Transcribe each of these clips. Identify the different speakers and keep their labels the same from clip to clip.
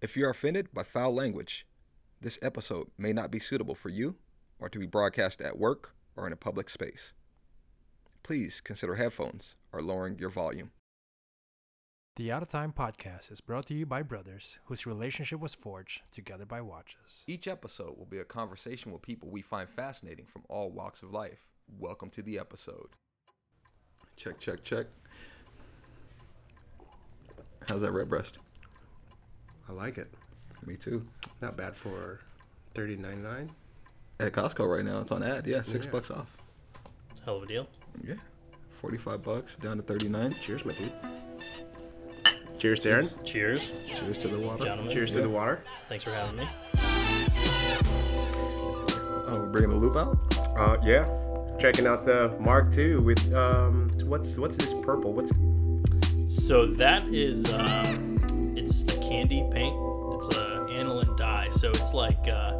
Speaker 1: If you're offended by foul language, this episode may not be suitable for you or to be broadcast at work or in a public space. Please consider headphones or lowering your volume.
Speaker 2: The Out of Time podcast is brought to you by brothers whose relationship was forged together by watches.
Speaker 1: Each episode will be a conversation with people we find fascinating from all walks of life. Welcome to the episode. Check, check, check. How's that red breast?
Speaker 3: I like it.
Speaker 1: Me too.
Speaker 3: Not bad for thirty nine nine.
Speaker 1: At Costco right now, it's on ad. Yeah, six
Speaker 3: Yeah.
Speaker 1: bucks off.
Speaker 4: Hell of a deal.
Speaker 1: Yeah, forty-five bucks down to thirty-nine.
Speaker 3: Cheers, my dude. Cheers, Darren.
Speaker 4: Cheers,
Speaker 1: Cheers to the water.
Speaker 4: gentlemen.
Speaker 3: Cheers to the water.
Speaker 4: Thanks for having me.
Speaker 1: Oh, we're bringing the loop out.
Speaker 3: Uh, yeah. Checking out the Mark II with um, what's what's this purple? What's
Speaker 4: So that is, uh, it's a candy paint. It's a aniline dye. So it's like, uh,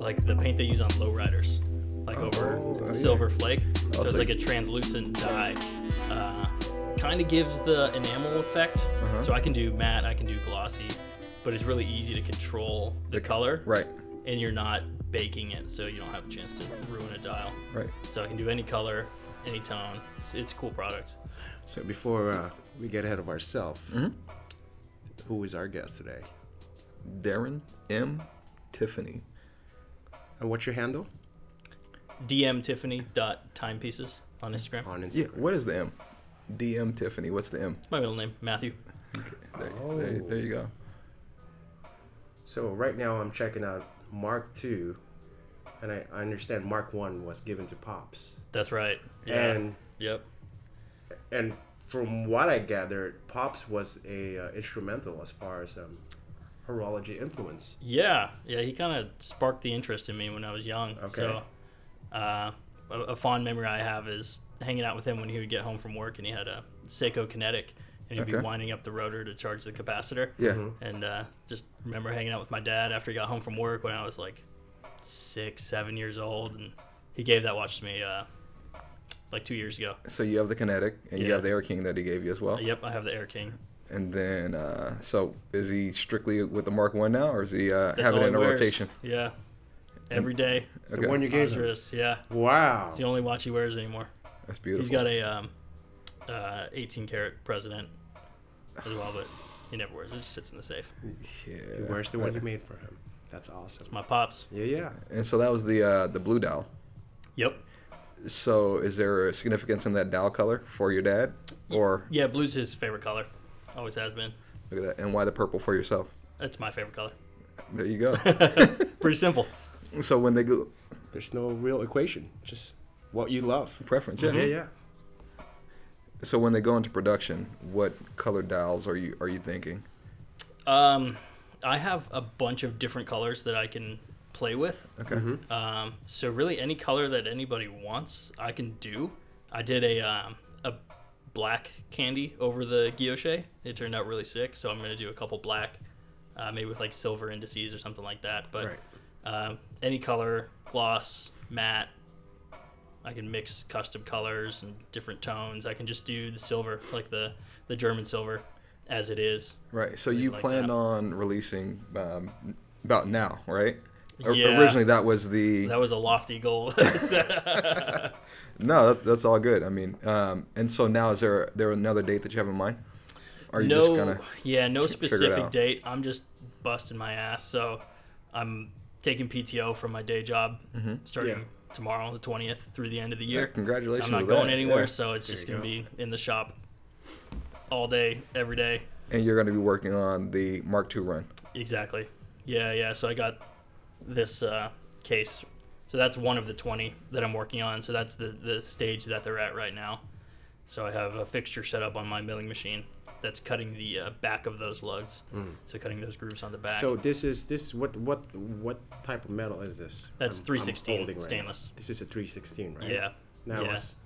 Speaker 4: like the paint they use on lowriders, like over
Speaker 1: Oh, yeah.
Speaker 4: silver flake. So
Speaker 1: Also-
Speaker 4: it's like a translucent dye. Uh, kind of gives the enamel effect.
Speaker 1: Uh-huh.
Speaker 4: So I can do matte, I can do glossy, but it's really easy to control the color.
Speaker 1: Right,
Speaker 4: And you're not baking it, so you don't have a chance to ruin a dial.
Speaker 1: right.
Speaker 4: So I can do any color, any tone. It's, it's a cool product.
Speaker 3: so? Before uh, we get ahead of ourselves, who is our guest today?
Speaker 1: Darren M. Tiffany.
Speaker 3: And Uh, what's your handle
Speaker 4: DM Tiffany dot timepieces on Instagram.
Speaker 3: on
Speaker 1: Yeah,
Speaker 3: Instagram?
Speaker 1: what is the M? DM Tiffany. What's the M?
Speaker 4: My middle name, Matthew.
Speaker 1: There, there, there you go.
Speaker 3: So right now I'm checking out Mark II, and I, I understand Mark One was given to Pops,
Speaker 4: That's right. Yeah.
Speaker 3: and
Speaker 4: yep.
Speaker 3: and from what I gathered, Pops was a uh, instrumental as far as um, horology influence.
Speaker 4: Yeah. Yeah. He kind of sparked the interest in me when I was young.
Speaker 3: Okay.
Speaker 4: So, uh, a, a fond memory I have is hanging out with him when he would get home from work and he had a Seiko Kinetic and he'd
Speaker 1: Okay.
Speaker 4: be winding up the rotor to charge the capacitor.
Speaker 1: Yeah.
Speaker 3: Mm-hmm.
Speaker 4: And uh, just remember hanging out with my dad after he got home from work when I was like six, seven years old, and he gave that watch to me uh, like two years ago.
Speaker 1: So you have the kinetic, and you
Speaker 4: Yeah.
Speaker 1: have the Air King that he gave you as well.
Speaker 4: Yep, I have the Air King.
Speaker 1: And then, uh, so is he strictly with the Mark One now, or is he uh, having
Speaker 4: all
Speaker 1: it
Speaker 4: he
Speaker 1: in a
Speaker 4: wears.
Speaker 1: rotation?
Speaker 4: Yeah, every day.
Speaker 1: Okay.
Speaker 3: The one you
Speaker 4: on
Speaker 3: gave
Speaker 4: his
Speaker 3: him.
Speaker 4: wrist. Yeah,
Speaker 3: Wow.
Speaker 4: it's the only watch he wears anymore.
Speaker 1: That's Oh. beautiful.
Speaker 4: He's got a um, uh, 18 karat President as well, but he never wears it. It just sits in the safe.
Speaker 1: Yeah.
Speaker 3: Where's the one you made for him? That's awesome.
Speaker 4: My pops.
Speaker 3: yeah, yeah.
Speaker 1: And so that was the uh, the blue dial.
Speaker 4: Yep.
Speaker 1: So is there a significance in that dial color for your dad, or
Speaker 4: Yeah, blue's his favorite color. Always has been.
Speaker 1: look at that, and why the purple for yourself?
Speaker 4: That's my favorite color.
Speaker 1: There you go.
Speaker 4: Pretty simple.
Speaker 1: so when they go
Speaker 3: There's no real equation, just what you love.
Speaker 1: preference,
Speaker 3: Yeah, yeah.
Speaker 1: So when they go into production, what color dials are you are you thinking?
Speaker 4: Um, I have a bunch of different colors that I can play with.
Speaker 1: Okay.
Speaker 4: Um, so really, any color that anybody wants, I can do. I did a um, a black candy over the guilloche. It turned out really sick. So I'm gonna do a couple black, uh, maybe with like silver indices or something like that. But
Speaker 3: Right.
Speaker 4: um, any color, gloss, matte. I can mix custom colors and different tones. I can just do the silver, like the the German silver, as it is.
Speaker 1: Right. So you
Speaker 4: like
Speaker 1: plan
Speaker 4: that.
Speaker 1: on releasing um, about now, right? O-
Speaker 4: Yeah.
Speaker 1: Originally, that was the
Speaker 4: That was a lofty goal.
Speaker 1: no. That, that's all good. I mean, um, and so now is there there another date that you have in mind? Or are you
Speaker 4: no,
Speaker 1: just gonna?
Speaker 4: yeah, no
Speaker 1: figure it
Speaker 4: specific
Speaker 1: out?
Speaker 4: date. I'm just busting my ass, so I'm taking PTO from my day job starting
Speaker 3: Yeah.
Speaker 4: tomorrow, the 20th, through the end of the
Speaker 1: Mm-hmm. Yeah,
Speaker 4: year.
Speaker 1: congratulations.
Speaker 4: I'm not
Speaker 1: with
Speaker 4: going
Speaker 1: that,
Speaker 4: anywhere,
Speaker 1: yeah.
Speaker 4: so it's just
Speaker 3: you
Speaker 4: gonna be in the shop all day, every day.
Speaker 1: And you're going to be working on the Mark II run.
Speaker 4: Exactly. Yeah, yeah. So I got this uh, case. So that's one of the 20 that I'm working on. So that's the, the stage that they're at right now. So I have a fixture set up on my milling machine that's cutting the uh, back of those lugs. So cutting those grooves on the back.
Speaker 3: Mm. So this is this what what what type of metal is this?
Speaker 4: That's 316
Speaker 3: holding now.
Speaker 4: stainless.
Speaker 3: This is a 316, right?
Speaker 4: yeah.
Speaker 3: Now
Speaker 4: yeah.
Speaker 3: as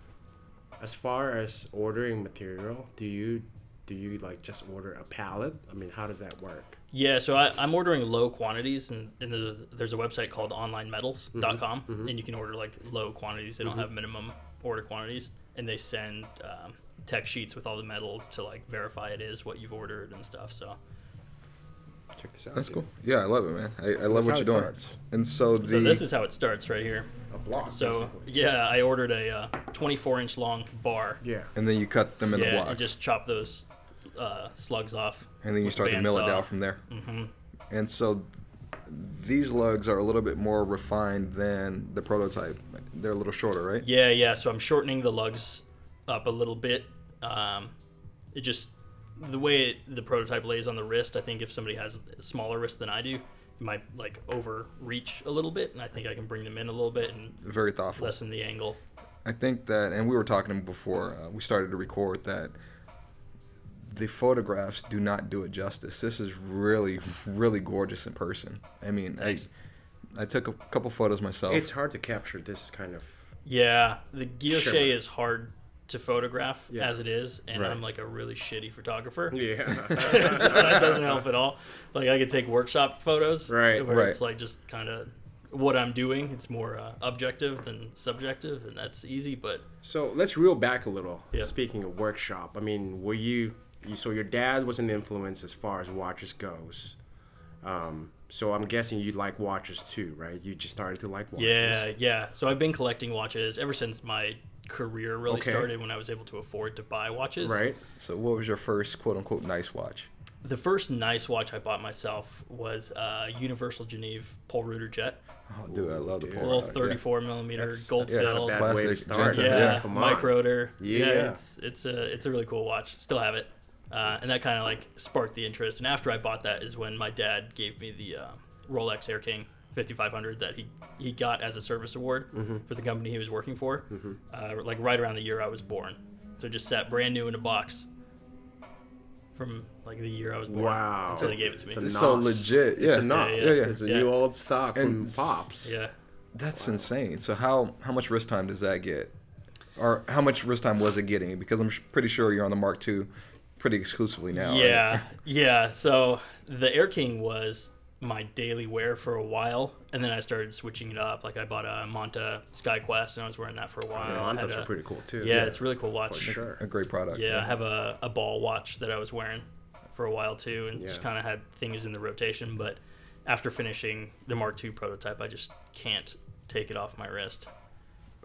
Speaker 3: as far as ordering material, do you do you like just order a pallet? I mean, how does that work?
Speaker 4: Yeah, so I, I'm ordering low quantities, and, and there's, a, there's a website called onlinemetals.com,
Speaker 1: Mm-hmm.
Speaker 4: and you can order like low quantities. They don't have minimum order quantities, and they send um, tech sheets with all the metals to like verify it is what you've ordered and stuff. So
Speaker 3: check this out.
Speaker 1: That's
Speaker 3: dude.
Speaker 1: cool. Yeah, I love it, man. I, I love
Speaker 2: how
Speaker 1: what you're
Speaker 2: it
Speaker 1: doing.
Speaker 2: starts.
Speaker 1: And so the
Speaker 4: So this is how it starts right here.
Speaker 3: A block.
Speaker 4: So
Speaker 3: basically.
Speaker 4: yeah, I ordered a uh, 24 inch long bar.
Speaker 3: yeah.
Speaker 1: and then you cut them into
Speaker 4: yeah,
Speaker 1: blocks,
Speaker 4: you just chop those uh, slugs off.
Speaker 1: and then you
Speaker 4: with
Speaker 1: start to mill it
Speaker 4: bandsaw.
Speaker 1: down from there. Mm-hmm. And so these lugs are a little bit more refined than the prototype. They're a little shorter, right?
Speaker 4: Yeah, yeah. So I'm shortening the lugs up a little bit. Um, it just the way it, the prototype lays on the wrist. I think if somebody has a smaller wrist than I do, it might like overreach a little bit, and I think I can bring them in a little bit and
Speaker 1: Very thoughtful.
Speaker 4: lessen the angle.
Speaker 1: I think that, and we were talking before uh, we started to record that the photographs do not do it justice. This is really, really gorgeous in person. I mean, I,
Speaker 4: Thanks.
Speaker 1: I took a couple photos myself.
Speaker 3: It's hard to capture this kind of.
Speaker 4: Yeah, the guilloche
Speaker 3: Sure.
Speaker 4: is hard to photograph
Speaker 3: Yeah.
Speaker 4: as it is, and
Speaker 1: Right.
Speaker 4: I'm like a really shitty photographer.
Speaker 3: Yeah.
Speaker 4: so that doesn't help at all. Like I could take workshop photos,
Speaker 3: Right.
Speaker 4: Where
Speaker 1: Right.
Speaker 4: it's like just kind of what I'm doing. It's more uh, objective than subjective, and that's easy. But
Speaker 3: so let's reel back a little.
Speaker 4: Yeah.
Speaker 3: Speaking of workshop, I mean, were you, you? So your dad was an influence as far as watches goes. Um, so I'm guessing you like watches too, right? You just started to like watches.
Speaker 4: yeah, yeah. So I've been collecting watches ever since my career really
Speaker 3: Okay.
Speaker 4: started when I was able to afford to buy watches.
Speaker 3: Right.
Speaker 1: so, what was your first quote unquote nice watch?
Speaker 4: The first nice watch I bought myself was uh, Universal Geneve Paul Reuter Jet,
Speaker 1: Oh, dude, I love the
Speaker 3: dude.
Speaker 1: Polaroid.
Speaker 4: little
Speaker 1: yeah.
Speaker 4: 34 millimeter
Speaker 3: That's-
Speaker 4: gold
Speaker 3: that's not a
Speaker 4: filled.
Speaker 3: bad way to
Speaker 1: Classic
Speaker 3: start.
Speaker 1: Genta,
Speaker 4: yeah,
Speaker 1: Yeah,
Speaker 3: come on.
Speaker 4: microder.
Speaker 3: Yeah.
Speaker 4: it's it's a it's a really cool watch. Still have it, uh, and that kind of like sparked the interest. And after I bought that is when my dad gave me the uh, Rolex Air King 5500 that he he got as a service award
Speaker 3: Mm-hmm.
Speaker 4: for the company he was working for, uh, like right around the year I was born. So it just sat brand new in a box from like the year I was born
Speaker 3: Wow.
Speaker 4: until they gave it to me.
Speaker 3: It's a
Speaker 1: It's so
Speaker 3: NOS.
Speaker 1: legit,
Speaker 3: It's
Speaker 1: yeah.
Speaker 3: a NOS.
Speaker 4: Yeah, yeah,
Speaker 3: It's a
Speaker 4: yeah.
Speaker 3: new old stock
Speaker 1: And
Speaker 3: from Pops.
Speaker 4: yeah.
Speaker 1: That's insane. So, how how much wrist time does that get, or how much wrist time was it getting? Because I'm sh- pretty sure you're on the Mark II, pretty exclusively now. right?
Speaker 4: Yeah, yeah. So the Air King was my daily wear for a while, and then I started switching it up. Like I bought a Monta SkyQuest, and I was wearing that for a while.
Speaker 3: Yeah,
Speaker 4: I had
Speaker 3: Montas
Speaker 4: a-
Speaker 3: are pretty cool too.
Speaker 4: Yeah, it's a really cool watch.
Speaker 3: for sure.
Speaker 1: a great product.
Speaker 4: Yeah, I have a, a ball watch that I was wearing for a while too, and just
Speaker 3: Yeah.
Speaker 4: kind of had things in the rotation. But after finishing the Mark II prototype, I just can't take it off my wrist.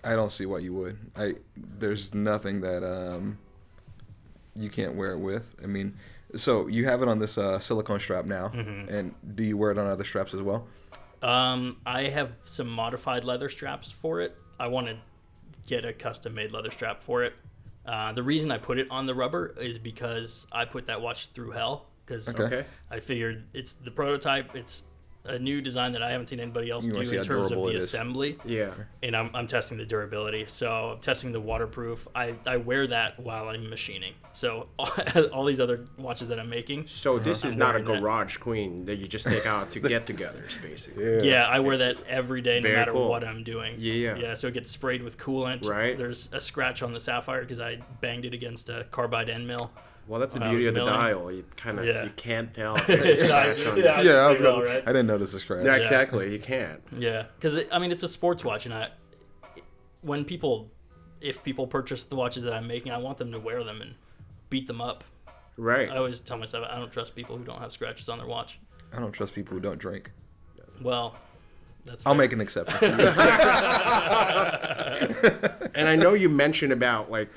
Speaker 1: I don't see why you would. I there's nothing that um you can't wear it with. I mean, so you have it on this uh, silicone strap now,
Speaker 4: Mm-hmm.
Speaker 1: and do you wear it on other straps as well?
Speaker 4: Um, I have some modified leather straps for it. I want to get a custom made leather strap for it. Uh, the reason I put it on the rubber is because I put that watch through hell because
Speaker 1: Okay.
Speaker 3: Okay.
Speaker 4: I figured it's the prototype. It's a new design that I haven't seen anybody else
Speaker 1: You
Speaker 4: do
Speaker 1: wanna see
Speaker 4: in
Speaker 1: how
Speaker 4: terms of
Speaker 1: durable
Speaker 4: the
Speaker 1: it is.
Speaker 4: assembly.
Speaker 3: Yeah.
Speaker 4: And I'm, I'm testing the durability. So I'm testing the waterproof. I, I wear that while I'm machining. So all these other watches that I'm making.
Speaker 3: So this is
Speaker 4: I'm
Speaker 3: not a
Speaker 4: wearing that.
Speaker 3: garage queen that you just take out to get-togethers, basically.
Speaker 4: Yeah, I wear
Speaker 3: It's
Speaker 4: that every day, no
Speaker 3: very
Speaker 4: matter
Speaker 3: cool.
Speaker 4: what I'm doing.
Speaker 3: Yeah, yeah.
Speaker 4: Yeah, so it gets sprayed with coolant.
Speaker 3: Right.
Speaker 4: There's a scratch on the sapphire because I banged it against a carbide end mill.
Speaker 3: Well, that's the
Speaker 4: When I
Speaker 3: beauty of
Speaker 4: was
Speaker 3: the
Speaker 4: milling.
Speaker 3: dial. You kind of
Speaker 4: Yeah.
Speaker 3: you can't tell. if there's a
Speaker 4: Yeah,
Speaker 3: scratch on it. yeah.
Speaker 4: yeah. That's
Speaker 1: I
Speaker 4: pretty
Speaker 1: gonna-
Speaker 4: well, right?
Speaker 1: I didn't notice the scratch.
Speaker 3: exactly. You can't.
Speaker 4: Yeah, because I mean it's a sports watch, and I, when people, if people purchase the watches that I'm making, I want them to wear them and beat them up.
Speaker 3: Right.
Speaker 4: I always tell myself I don't trust people who don't have scratches on their watch.
Speaker 1: I don't trust people who don't drink.
Speaker 4: Well, that's
Speaker 1: I'll
Speaker 4: fair.
Speaker 1: make an exception.
Speaker 3: And I know you mentioned about like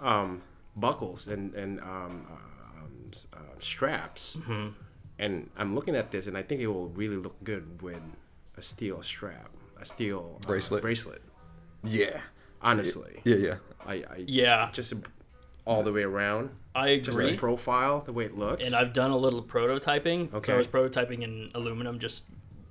Speaker 3: um, buckles and and um, uh, um, s- uh, straps.
Speaker 4: Mm-hmm.
Speaker 3: And I'm looking at this, and I think it will really look good with a steel strap, a steel uh,
Speaker 1: Bracelet.
Speaker 3: Bracelet.
Speaker 1: yeah,
Speaker 3: Honestly,
Speaker 1: yeah, yeah.
Speaker 3: I, I
Speaker 4: Yeah,
Speaker 3: just all the way around.
Speaker 4: I
Speaker 3: Just
Speaker 4: agree.
Speaker 3: the profile, the way it looks.
Speaker 4: and I've done a little prototyping. So
Speaker 3: Okay.
Speaker 4: I was prototyping in aluminum, just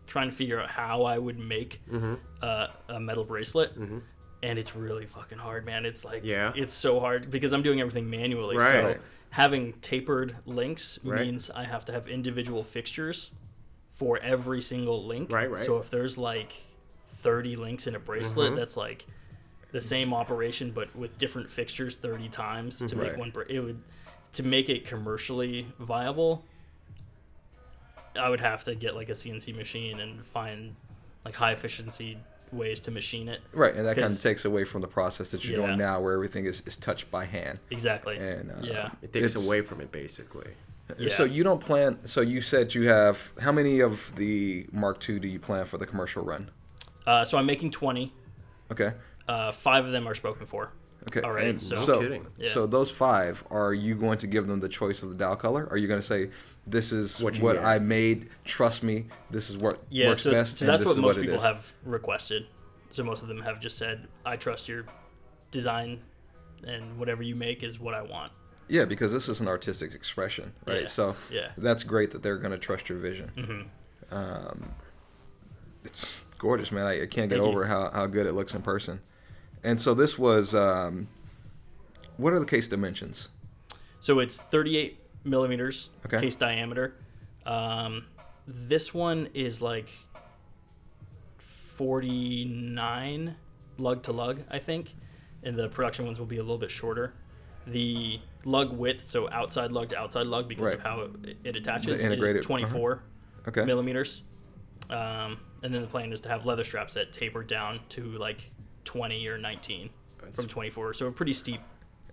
Speaker 4: trying to figure out how I would make
Speaker 3: Mm-hmm.
Speaker 4: uh, a metal bracelet. And it's really fucking hard, man. It's like,
Speaker 3: Yeah.
Speaker 4: it's so hard because I'm doing everything manually.
Speaker 3: Right.
Speaker 4: So having tapered links
Speaker 3: Right.
Speaker 4: means I have to have individual fixtures for every single link.
Speaker 3: Right, Mm-hmm. right.
Speaker 4: So if there's like 30 links in a bracelet, that's like the same operation but with different fixtures 30 times to
Speaker 1: Mhm. Right.
Speaker 4: make one bra- it would to make it commercially viable i would have to get like a cnc machine and find like high efficiency ways to machine it
Speaker 1: Right, and that kind of
Speaker 4: 'Cause-
Speaker 1: takes away from the process that you're
Speaker 4: Yeah.
Speaker 1: doing now, where everything is, is touched by hand.
Speaker 4: exactly
Speaker 1: And, uh,
Speaker 4: yeah
Speaker 3: it takes
Speaker 1: It's-
Speaker 3: away from it basically.
Speaker 4: Yeah.
Speaker 1: So you don't plan. So you said you have how many of the Mark II do you plan for the commercial run?
Speaker 4: Uh, so I'm making 20.
Speaker 1: Okay.
Speaker 4: Uh, five of them are spoken for.
Speaker 1: Okay.
Speaker 4: Alright,
Speaker 1: and
Speaker 4: so-
Speaker 1: so,
Speaker 3: No kidding.
Speaker 4: Yeah.
Speaker 1: so those five, are you going to give them the choice of the dial color? Are you going to say, "This is
Speaker 3: What
Speaker 1: what,
Speaker 3: you get."
Speaker 1: I made. Trust me, this is what
Speaker 4: Yeah,
Speaker 1: works
Speaker 4: so,
Speaker 1: best."
Speaker 4: so
Speaker 1: and
Speaker 4: that's
Speaker 1: this
Speaker 4: what
Speaker 1: is
Speaker 4: most
Speaker 1: it
Speaker 4: people
Speaker 1: is."
Speaker 4: have requested. So most of them have just said, "I trust your design, and whatever you make is what I want."
Speaker 1: Yeah, because this is an artistic expression, right?
Speaker 4: Yeah,
Speaker 1: So
Speaker 4: yeah. Mm-hmm.
Speaker 1: that's great that they're going to trust your vision. Um, it's gorgeous, man. I, I can't get
Speaker 4: Thank you.
Speaker 1: over how, how good it looks in person. And so this was, um, what are the case dimensions?
Speaker 4: So it's 38 millimeters
Speaker 1: Okay.
Speaker 4: case diameter. Um, this one is like 49 lug to lug, I think, and the production ones will be a little bit shorter. The lug width, so outside lug to outside lug, because of
Speaker 1: Right.
Speaker 4: how it, it attaches,
Speaker 1: integrated-
Speaker 4: is
Speaker 1: uh-huh.
Speaker 4: 24
Speaker 1: Okay.
Speaker 4: millimeters. Um, and then the plan is to have leather straps that taper down to like 20 or 19 from 24. So a pretty steep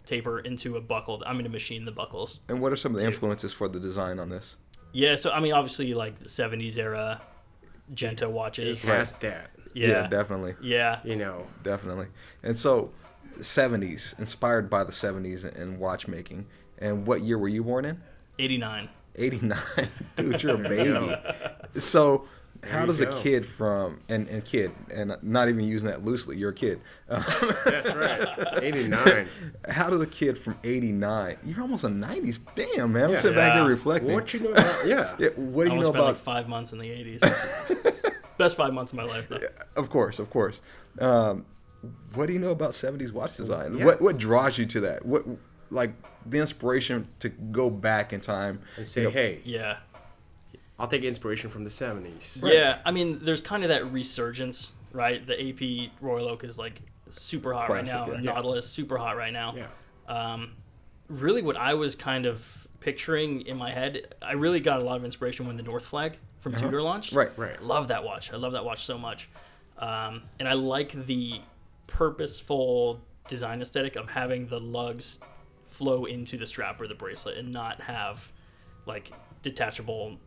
Speaker 4: taper into a buckle. I'm going to machine the buckles.
Speaker 1: And what are some of the
Speaker 4: Two.
Speaker 1: influences for the design on this?
Speaker 4: Yeah, so I mean, obviously, like the 70s era Genta
Speaker 3: It
Speaker 4: watches.
Speaker 3: has that,
Speaker 4: Yeah. Yeah.
Speaker 1: definitely.
Speaker 3: you know.
Speaker 1: Definitely. And so, 70s, inspired by the 70s and watchmaking. And what year were you born in?
Speaker 4: 89.
Speaker 1: 89 dude you're a baby so how
Speaker 3: you
Speaker 1: does a
Speaker 3: go.
Speaker 1: kid from and, and kid and not even using that loosely you're a kid um,
Speaker 3: That's right. 89.
Speaker 1: how does a kid from 89 you're almost a 90s damn man i'm
Speaker 3: Yeah.
Speaker 1: sitting back
Speaker 4: Yeah.
Speaker 1: here reflecting
Speaker 3: what you know about, yeah.
Speaker 1: Yeah, what
Speaker 4: I
Speaker 1: do you
Speaker 4: almost
Speaker 1: know
Speaker 4: spent
Speaker 1: about
Speaker 4: like five months in the 80s. Best five months of my life, though.
Speaker 1: of course of course um, what do you know about 70s watch design
Speaker 3: Yeah.
Speaker 1: what what draws you to that what like the inspiration to go back in time
Speaker 3: And say,
Speaker 1: you know,
Speaker 3: hey,
Speaker 4: Yeah.
Speaker 3: I'll take inspiration from the 70s.
Speaker 4: Yeah, I mean, there's kind of that resurgence, right? The AP Royal Oak is like super hot
Speaker 1: Classic,
Speaker 4: right now.
Speaker 1: yeah.
Speaker 4: and Nautilus super hot right now.
Speaker 3: Yeah.
Speaker 4: Um, really, what I was kind of picturing in my head, I really got a lot of inspiration when the North Flag from Tudor launched.
Speaker 1: Right.
Speaker 3: Right.
Speaker 4: Love that watch. I love that watch so much, um, and I like the purposeful design aesthetic of having the lugs flow into the strap or the bracelet and not have like detachable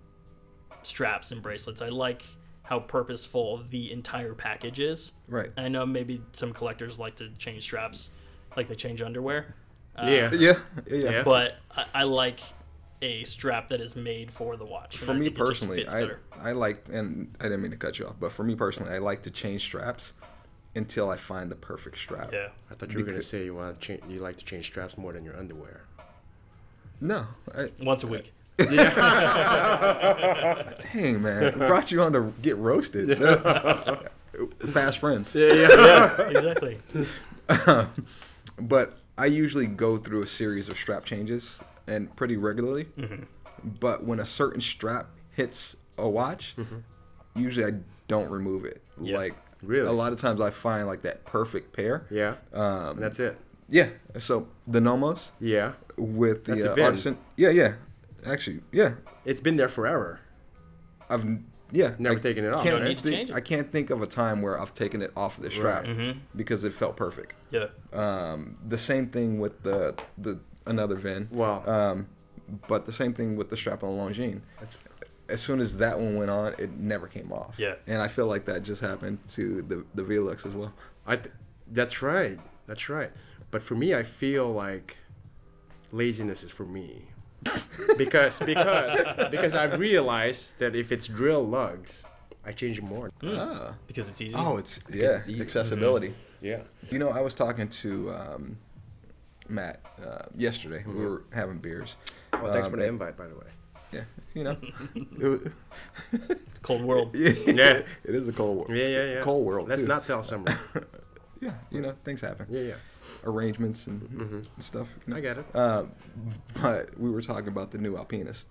Speaker 4: straps and bracelets. I like how purposeful the entire package is.
Speaker 1: right
Speaker 4: And I know maybe some collectors like to change straps, like they change underwear. Uh,
Speaker 3: Yeah.
Speaker 1: yeah yeah, yeah.
Speaker 3: Yeah.
Speaker 4: But I, I like a strap that is made for the watch. and
Speaker 1: for
Speaker 4: I
Speaker 1: me
Speaker 4: think it just
Speaker 1: personally,
Speaker 4: fits
Speaker 1: I
Speaker 4: better.
Speaker 1: I like and I didn't mean to cut you off, but for me personally, I like to change straps until I find the perfect strap.
Speaker 4: yeah.
Speaker 3: I thought you were going to
Speaker 1: Because-
Speaker 3: say you want to change, you like to change straps more than your underwear.
Speaker 1: No, I,
Speaker 4: Once a week.
Speaker 1: dang man, I brought you on to get roasted. Fast friends,
Speaker 4: exactly.
Speaker 1: but I usually go through a series of strap changes and pretty regularly.
Speaker 4: Mm-hmm.
Speaker 1: But when a certain strap hits a watch, usually I don't remove it.
Speaker 4: Mm-hmm. Yeah.
Speaker 1: Like
Speaker 3: Really?
Speaker 1: a lot of times I find like that perfect pair.
Speaker 3: Yeah.
Speaker 1: Um,
Speaker 3: and that's it.
Speaker 1: yeah. So the nomos.
Speaker 3: Yeah.
Speaker 1: with
Speaker 3: That's
Speaker 1: the
Speaker 3: a
Speaker 1: uh,
Speaker 3: bin.
Speaker 1: artisan. Yeah, yeah. Actually, yeah.
Speaker 3: It's been there forever.
Speaker 1: I've n- yeah.
Speaker 3: Never
Speaker 1: I
Speaker 3: taken it off.
Speaker 1: Can't
Speaker 4: No need to
Speaker 1: think,
Speaker 4: change it.
Speaker 1: I can't think of a time where I've taken it off of the strap
Speaker 3: Mm-hmm.
Speaker 1: because it felt perfect.
Speaker 4: Yeah.
Speaker 1: Um, the same thing with the the another VIN.
Speaker 3: Wow.
Speaker 1: Um, but the same thing with the strap on Longines.
Speaker 3: That's,
Speaker 1: As soon as that one went on, it never came off.
Speaker 4: Yeah.
Speaker 1: And I feel like that just happened to the the Velux as well.
Speaker 3: I th- that's right. That's right. But for me, I feel like laziness is for me. because because because I've realized that if it's drill lugs, I change it more.
Speaker 1: Ah.
Speaker 4: Because it's easy.
Speaker 1: Oh, it's yeah.
Speaker 3: it's easy. Mm-hmm.
Speaker 1: accessibility.
Speaker 3: Yeah.
Speaker 1: You know, I was talking to um, Matt uh, yesterday. We were having beers.
Speaker 3: Well, Mm-hmm. Oh, thanks
Speaker 1: Um,
Speaker 3: for the invite, by the way.
Speaker 1: Yeah, you know, it was-
Speaker 4: Cold world.
Speaker 1: yeah, it is a cold world.
Speaker 3: Yeah, yeah, yeah.
Speaker 1: Cold world.
Speaker 3: Let's
Speaker 1: too.
Speaker 3: not tell someone.
Speaker 1: Yeah, you know, things happen.
Speaker 3: Yeah, yeah.
Speaker 1: Arrangements and stuff. you know.
Speaker 3: I get it.
Speaker 1: Uh, but we were talking about the new Alpinist,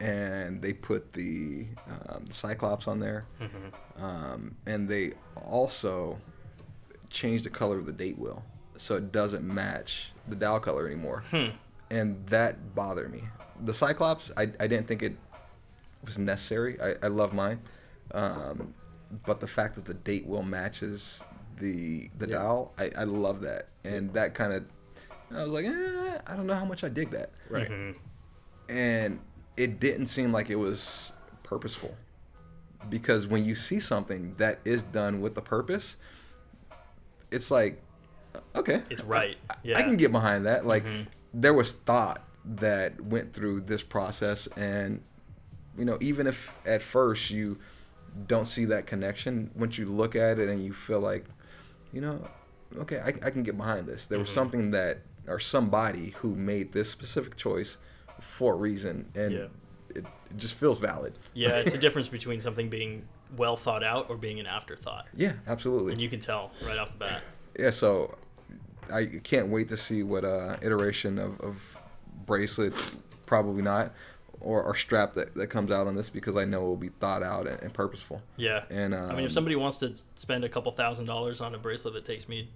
Speaker 1: and they put the, um, the Cyclops on there,
Speaker 3: Mm-hmm.
Speaker 1: um, and they also changed the color of the date wheel so it doesn't match the dial color anymore,
Speaker 3: Hmm.
Speaker 1: and that bothered me. The Cyclops, I, I didn't think it was necessary. I, I love mine, um, but the fact that the date wheel matches the the
Speaker 3: Yeah.
Speaker 1: dial, I, I love that, and that kind of I was like, eh, I don't know how much I dig that.
Speaker 3: Right.
Speaker 1: and it didn't seem like it was purposeful because when you see something that is done with a purpose, it's like, okay,
Speaker 4: It's right. Yeah. Mm-hmm.
Speaker 1: I can get behind that. Like there was thought that went through this process, and you know, even if at first you don't see that connection, once you look at it and you feel like, you know, okay, I, I can get behind this. There was
Speaker 4: Mm-hmm.
Speaker 1: something that or somebody who made this specific choice for a reason, and
Speaker 4: Yeah.
Speaker 1: it, it just feels valid.
Speaker 4: Yeah, it's the difference between something being well thought out or being an afterthought.
Speaker 1: Yeah, absolutely.
Speaker 4: And you can tell right off the bat.
Speaker 1: yeah, so I can't wait to see what uh, iteration of, of bracelet, probably not, or, or strap that, that comes out on this because I know it will be thought out and, and purposeful.
Speaker 4: Yeah.
Speaker 1: And um,
Speaker 4: I mean, if somebody wants to spend a couple thousand dollars on a bracelet that takes me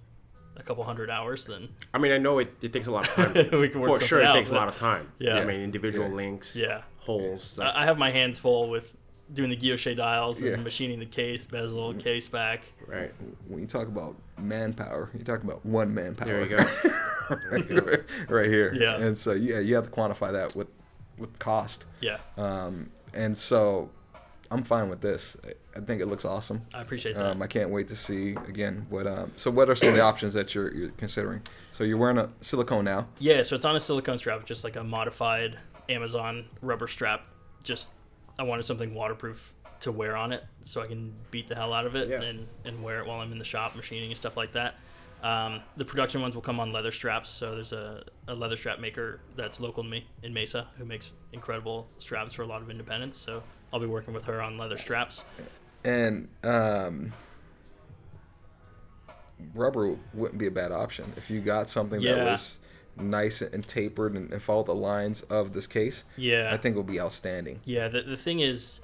Speaker 4: a couple hundred hours, then
Speaker 3: I mean, I know it, it takes a lot of time.
Speaker 4: We can
Speaker 3: For
Speaker 4: work something
Speaker 3: sure, it
Speaker 4: out,
Speaker 3: takes a
Speaker 4: but-
Speaker 3: lot of time.
Speaker 4: Yeah.
Speaker 3: I mean, individual
Speaker 1: Yeah.
Speaker 3: links,
Speaker 4: Yeah.
Speaker 3: holes. Like,
Speaker 4: I I have my hands full with doing the guilloche dials and
Speaker 1: Yeah. Mm-hmm.
Speaker 4: machining the case, bezel, case back.
Speaker 3: right.
Speaker 1: when you talk about manpower, you talk about one manpower.
Speaker 3: There you go.
Speaker 1: right, right here.
Speaker 4: Yeah.
Speaker 1: And so yeah, you have to quantify that with with cost.
Speaker 4: Yeah,
Speaker 1: Um, and so I'm fine with this. I- I think it looks awesome.
Speaker 4: I appreciate that.
Speaker 1: Um, I can't wait to see again what. Um, so, what are some of the options that you're, you're considering? So, you're wearing a silicone now.
Speaker 4: yeah, so it's on a silicone strap, just like a modified Amazon rubber strap. Just I wanted something waterproof to wear on it, so I can beat the hell out of it
Speaker 3: Yeah.
Speaker 4: and and wear it while I'm in the shop machining and stuff like that. Um, the production ones will come on leather straps. So there's a, a leather strap maker that's local to me in Mesa who makes incredible straps for a lot of independents. So I'll be working with her on leather straps.
Speaker 1: And um, rubber wouldn't be a bad option if you got something that
Speaker 4: Yeah.
Speaker 1: was nice and tapered and, and followed the lines of this case.
Speaker 4: Yeah,
Speaker 1: I think it would be outstanding.
Speaker 4: Yeah, the, the thing is,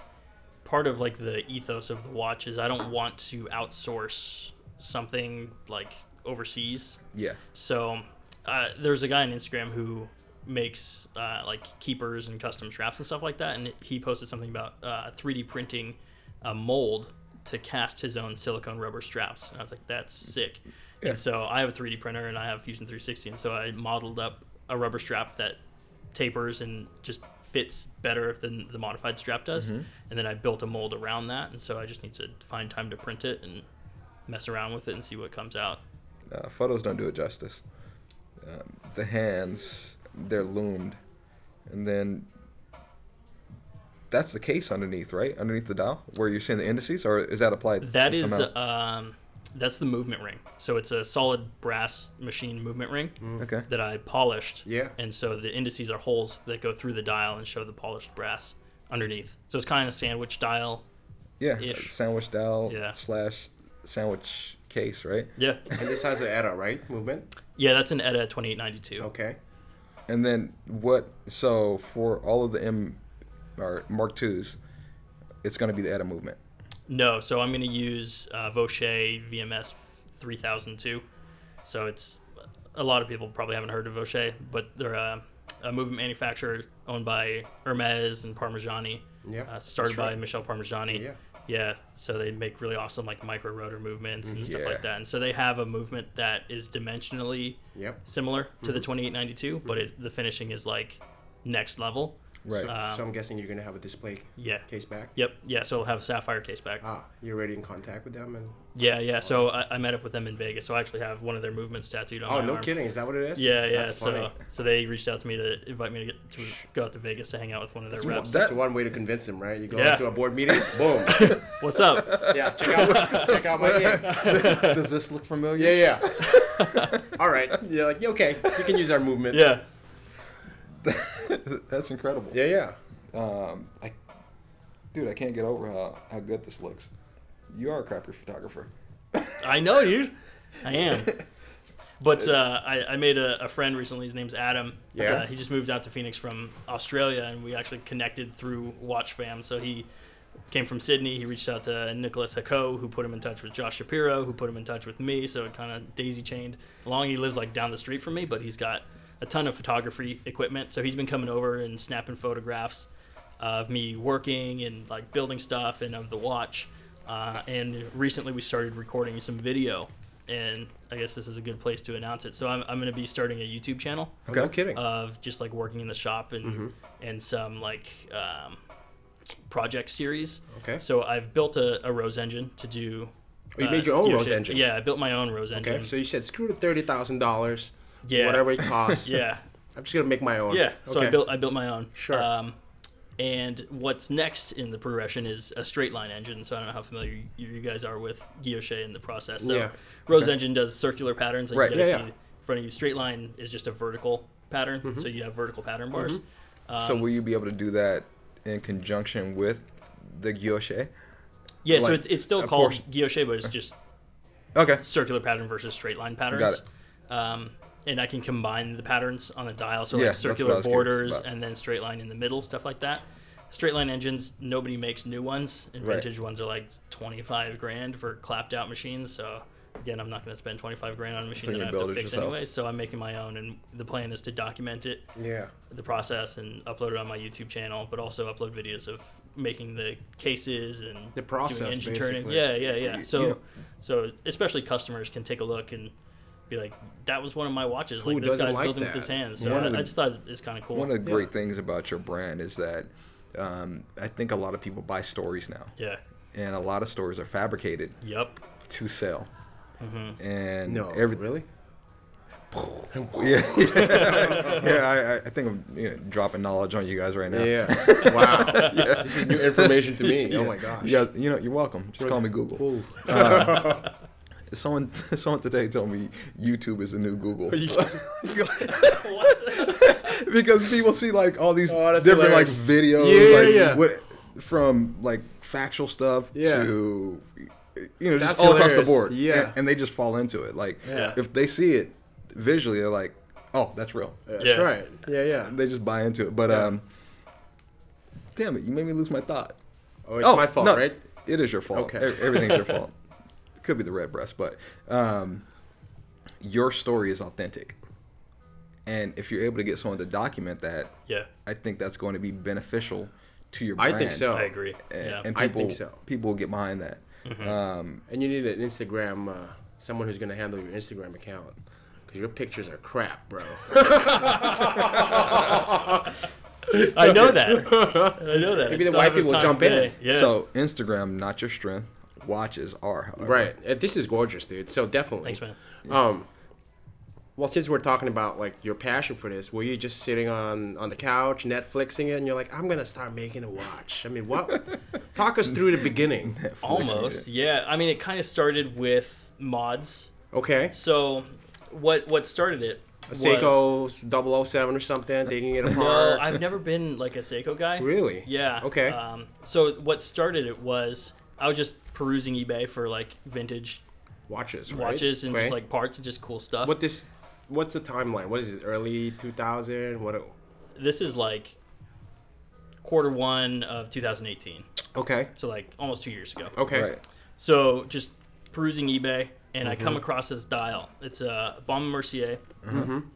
Speaker 4: part of like the ethos of the watch is I don't want to outsource something like overseas.
Speaker 1: Yeah.
Speaker 4: So uh, there's a guy on Instagram who makes uh, like keepers and custom straps and stuff like that, and he posted something about uh, 3D printing a mold to cast his own silicone rubber straps, and I was like, that's sick.
Speaker 1: Yeah.
Speaker 4: And so I have a 3D printer and I have Fusion 360, and so I modeled up a rubber strap that tapers and just fits better than the modified strap does. And then I built a mold around that, and so I just need to find time to print it and mess around with it and see what comes out.
Speaker 1: Uh, photos don't do it justice. Um, the hands, they're loomed. And then that's the case underneath, right? Underneath the dial where you're seeing the indices, or is that applied?
Speaker 4: That is,
Speaker 1: somehow?
Speaker 4: um, that's the movement ring. So it's a solid brass machine movement ring
Speaker 1: okay.
Speaker 4: that I polished.
Speaker 3: Yeah.
Speaker 4: And so the indices are holes that go through the dial and show the polished brass underneath. So it's kind of sandwich dial.
Speaker 1: Yeah, uh,
Speaker 4: ish.
Speaker 1: sandwich dial
Speaker 4: Yeah.
Speaker 1: slash sandwich case, right?
Speaker 4: Yeah.
Speaker 3: and this has an ETA, right? Movement.
Speaker 4: Yeah, that's an ETA 2892.
Speaker 3: Okay.
Speaker 1: And then what? So for all of the M or Mark twos, it's going to be the ETA movement.
Speaker 4: No, so I'm going to use uh, Vaucher VMS 3002. So it's a lot of people probably haven't heard of Vaucher, but they're a, a movement manufacturer owned by Hermes and Parmigiani.
Speaker 3: Yeah,
Speaker 4: Uh, started
Speaker 3: that's right.
Speaker 4: by Michelle Parmigiani.
Speaker 3: Yeah.
Speaker 4: Yeah, so they make really awesome like micro rotor movements
Speaker 3: Mm-hmm.
Speaker 4: and stuff
Speaker 1: Yeah.
Speaker 4: like that. And so they have a movement that is dimensionally
Speaker 3: Yep.
Speaker 4: similar to
Speaker 3: Mm-hmm.
Speaker 4: the 2892, but it, the finishing is like next level.
Speaker 1: Right.
Speaker 3: So,
Speaker 4: Uh,
Speaker 3: so I'm guessing you're gonna have a display
Speaker 4: Yeah.
Speaker 3: case back.
Speaker 4: um, Yep. Yeah, so it'll have sapphire case back.
Speaker 3: Ah, you're already in contact with them, and
Speaker 4: Yeah, yeah. So I, I met up with them in Vegas. So I actually have one of their movements tattooed on
Speaker 3: oh,
Speaker 4: my
Speaker 3: no
Speaker 4: arm.
Speaker 3: kidding, is that what it is?
Speaker 4: Yeah, yeah.
Speaker 3: That's funny.
Speaker 4: so so they reached out to me to invite me to, get, to go out to Vegas to hang out with one of their
Speaker 3: Well,
Speaker 4: reps.
Speaker 3: That's one way to convince them, right? You go
Speaker 4: Yeah.
Speaker 3: to a board meeting, boom.
Speaker 4: What's up?
Speaker 3: yeah, check out, check out my game.
Speaker 1: Does this look familiar?
Speaker 3: Yeah, yeah. All right. You're like, yeah, okay, you can use our movement.
Speaker 4: Yeah.
Speaker 1: That's incredible.
Speaker 3: Yeah, yeah.
Speaker 1: Um, I, dude, I can't get over how, how good this looks. You are a crapper photographer.
Speaker 4: I know, dude. I am. But uh, I, I made a, a friend recently. His name's Adam.
Speaker 3: Yeah.
Speaker 4: Uh, he just moved out to Phoenix from Australia, and we actually connected through Watch Fam. So he came from Sydney. He reached out to Nicholas Hako, who put him in touch with Josh Shapiro, who put him in touch with me. So it kind of daisy chained along. He lives like down the street from me, but he's got a ton of photography equipment. So he's been coming over and snapping photographs of me working and like building stuff and of the watch. Uh, and recently we started recording some video and I guess this is a good place to announce it. So I'm, I'm going to be starting a YouTube channel
Speaker 3: Oh, No kidding.
Speaker 4: of just like working in the shop and
Speaker 3: Mm-hmm.
Speaker 4: and some like um, project series.
Speaker 3: okay.
Speaker 4: So I've built a, a Rose engine to do.
Speaker 3: Oh, you made your own
Speaker 4: gear
Speaker 3: Rose
Speaker 4: shape.
Speaker 3: engine?
Speaker 4: Yeah, I built my own Rose engine.
Speaker 3: Okay. So you said screw the thirty thousand dollars.
Speaker 4: Mm-hmm. Yeah.
Speaker 3: Whatever it costs.
Speaker 4: yeah,
Speaker 3: I'm just gonna make my own.
Speaker 4: yeah. So
Speaker 3: okay.
Speaker 4: I built I built my own.
Speaker 3: Sure.
Speaker 4: Um, and what's next in the progression is a straight line engine. So I don't know how familiar you, you guys are with guilloche in the process. So
Speaker 3: Yeah.
Speaker 4: Rose engine does circular patterns like
Speaker 1: Right,
Speaker 4: you guys
Speaker 3: yeah,
Speaker 4: see
Speaker 3: yeah.
Speaker 4: in front of you. Straight line is just a vertical pattern.
Speaker 3: Mm-hmm.
Speaker 4: So you have vertical pattern bars.
Speaker 1: so will you be able to do that in conjunction with the guilloche?
Speaker 4: Yeah, so
Speaker 1: Like
Speaker 4: it's, it's still
Speaker 1: a
Speaker 4: called
Speaker 1: portion-
Speaker 4: guilloche, but it's just
Speaker 1: Okay.
Speaker 4: circular pattern versus straight line patterns.
Speaker 1: Got
Speaker 4: Um, and I can combine the patterns on the dial, so
Speaker 1: Yeah,
Speaker 4: like
Speaker 1: that's what I
Speaker 4: circular
Speaker 1: was curious
Speaker 4: borders
Speaker 1: about.
Speaker 4: and then straight line in the middle, stuff like that. Straight line engines, nobody makes new ones, and
Speaker 1: Right.
Speaker 4: vintage ones are like twenty five grand for clapped out machines. So again, I'm not going to spend twenty five grand on a machine
Speaker 1: you're
Speaker 4: that I
Speaker 1: gonna
Speaker 4: have to
Speaker 1: build it
Speaker 4: fix
Speaker 1: yourself.
Speaker 4: anyway. So I'm making my own, and the plan is to document it,
Speaker 3: Yeah.
Speaker 4: the process, and upload it on my YouTube channel, but also upload videos of making the cases and
Speaker 3: The process,
Speaker 4: doing engine turning.
Speaker 3: basically.
Speaker 4: Yeah, yeah, yeah.
Speaker 3: You-
Speaker 4: So,
Speaker 3: you know-
Speaker 4: so especially customers can take a look and be like, "That was one of my watches.
Speaker 3: Who
Speaker 4: Like this
Speaker 3: doesn't
Speaker 4: guy's
Speaker 3: like
Speaker 4: building with
Speaker 3: that?
Speaker 4: his hands." So
Speaker 1: One
Speaker 4: I,
Speaker 1: of the-
Speaker 4: I just thought it's kind of cool.
Speaker 1: One of the
Speaker 3: Yeah.
Speaker 1: great things about your brand is that um, I think a lot of people buy stories now,
Speaker 4: yeah.
Speaker 1: and a lot of stories are fabricated
Speaker 4: Yep.
Speaker 1: to sell. And
Speaker 3: No.
Speaker 1: every-
Speaker 3: Really?
Speaker 1: yeah, yeah. I, I- I think I'm you know, dropping knowledge on you guys right now.
Speaker 3: Yeah. wow. This is new information to me. Oh my gosh.
Speaker 1: Yeah, you know, you're welcome. Just call me Google. Uh,
Speaker 3: Ooh.
Speaker 1: Someone, someone today told me YouTube is the new Google
Speaker 4: what?
Speaker 1: because people see like all these
Speaker 3: Oh, that's
Speaker 1: different
Speaker 3: hilarious.
Speaker 1: like videos,
Speaker 3: Yeah,
Speaker 1: like,
Speaker 3: yeah.
Speaker 1: what- from like factual stuff
Speaker 3: Yeah.
Speaker 1: to you know just
Speaker 3: That's
Speaker 1: all across
Speaker 3: hilarious.
Speaker 1: the board.
Speaker 3: Yeah.
Speaker 1: and, and they just fall into it. Like
Speaker 4: Yeah.
Speaker 1: if they see it visually, they're like, "Oh, that's real."
Speaker 3: That's
Speaker 4: Yeah.
Speaker 3: right. Yeah. Yeah.
Speaker 1: They just buy into it. But um, damn it, you made me lose my thought.
Speaker 3: Oh, it's my fault,
Speaker 1: no,
Speaker 3: right?
Speaker 1: It is your fault.
Speaker 3: Okay.
Speaker 1: Okay. Everything's your fault. Could be the red breast, but um, your story is authentic. And if you're able to get someone to document that,
Speaker 4: Yeah.
Speaker 1: I think that's going to be beneficial to your
Speaker 3: I
Speaker 1: brand.
Speaker 3: think so.
Speaker 4: I agree.
Speaker 1: And,
Speaker 4: Yeah.
Speaker 1: and
Speaker 3: I
Speaker 1: people,
Speaker 3: think so.
Speaker 1: People will get behind that. Um,
Speaker 3: And you need an Instagram, uh, someone who's gonna handle your Instagram account, because your pictures are crap, bro.
Speaker 4: I know that. I know that.
Speaker 3: Maybe the
Speaker 4: I just don't have
Speaker 3: wifey will
Speaker 4: time
Speaker 3: jump
Speaker 4: today.
Speaker 3: in.
Speaker 4: Yeah.
Speaker 1: So Instagram, not your strength. Watches are, however.
Speaker 3: right. Uh, This is gorgeous, dude. So definitely.
Speaker 4: Thanks, man.
Speaker 3: Um, well, since we're talking about like your passion for this, were you just sitting on on the couch Netflixing it, and you're like, I'm gonna start making a watch? I mean, what? Talk us through the beginning.
Speaker 4: Almost. Yeah. I mean, it kind of started with mods.
Speaker 3: Okay.
Speaker 4: So, what what started it?
Speaker 3: A
Speaker 4: was-
Speaker 3: Seiko 007 or something, taking it
Speaker 4: No,
Speaker 3: apart.
Speaker 4: I've never been like a Seiko guy.
Speaker 3: Really?
Speaker 4: Yeah.
Speaker 3: Okay.
Speaker 4: Um, so what started it was I was just perusing eBay for like vintage
Speaker 3: watches, right?
Speaker 4: watches and
Speaker 3: Okay.
Speaker 4: just like parts and just cool stuff.
Speaker 3: what this? What's the timeline? What is it? Early 2000? What?
Speaker 4: this is like quarter one of 2018,
Speaker 3: Okay.
Speaker 4: so like almost two years ago.
Speaker 3: Okay.
Speaker 1: Right.
Speaker 4: So just perusing eBay, and I
Speaker 3: Mm-hmm.
Speaker 4: come across this dial. It's a Balmain Mercier,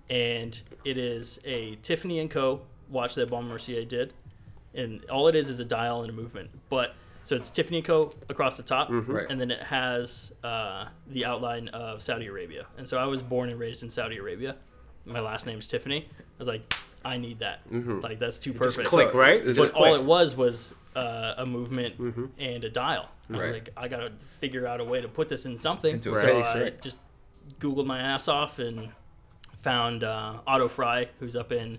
Speaker 4: and it is a Tiffany and Co. watch that Balmain Mercier did, and all it is is a dial and a movement. But so it's Tiffany and Co. across the top,
Speaker 1: Right.
Speaker 4: and then it has uh, the outline of Saudi Arabia. And so I was born and raised in Saudi Arabia. My last name's Tiffany. I was like, I need that. Like that's too perfect.
Speaker 3: Just click, right?
Speaker 1: It's
Speaker 3: Just
Speaker 4: But all
Speaker 3: click.
Speaker 4: it was was uh, a movement
Speaker 1: Mm-hmm.
Speaker 4: and a dial. I was
Speaker 1: Right.
Speaker 4: like, I gotta figure out a way to put this in something.
Speaker 1: Into a
Speaker 4: so
Speaker 1: space,
Speaker 4: I
Speaker 1: right.
Speaker 4: just googled my ass off and found uh, Otto Fry, who's up in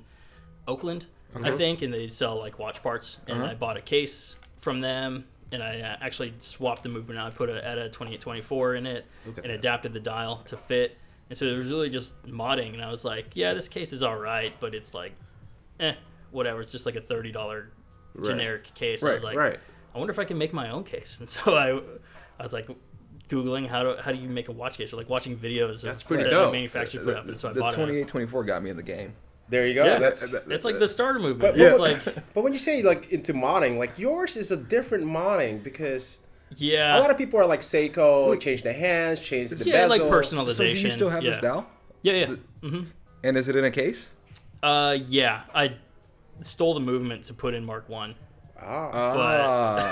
Speaker 4: Oakland,
Speaker 3: Uh-huh.
Speaker 4: I think, and they sell like watch parts. And I bought a case from them, and I uh, actually swapped the movement. out. I put a ETA 2824 in it
Speaker 3: Look at
Speaker 4: and
Speaker 3: that.
Speaker 4: adapted the dial to fit. And so it was really just modding, and I was like, yeah, this case is all right, but it's like, eh, whatever. It's just like a thirty dollar generic case. I was
Speaker 3: Right,
Speaker 4: like,
Speaker 3: right.
Speaker 4: I wonder if I can make my own case. And so I, I was like, googling how do how do you make a watch case? Or like watching videos.
Speaker 3: That's
Speaker 4: of,
Speaker 3: pretty
Speaker 4: that
Speaker 3: dope.
Speaker 4: The manufacturer put up, and so I
Speaker 1: the
Speaker 4: bought it.
Speaker 1: 2824 got me in the game.
Speaker 3: There you go.
Speaker 4: Yeah,
Speaker 3: Oh, That's.
Speaker 4: It's like the starter movement.
Speaker 3: But,
Speaker 4: it's
Speaker 3: but-
Speaker 4: like
Speaker 3: but when you say like into modding, like yours is a different modding because
Speaker 4: yeah,
Speaker 3: a lot of people are like Seiko, change the hands, change the
Speaker 4: Uh, yeah, like
Speaker 3: bezel.
Speaker 4: personalization.
Speaker 1: So do you still have
Speaker 4: yeah.
Speaker 1: this dial?
Speaker 4: Yeah, yeah.
Speaker 1: And is it in a case?
Speaker 4: Uh, yeah. I stole the movement to put in Mark One,
Speaker 3: Ah.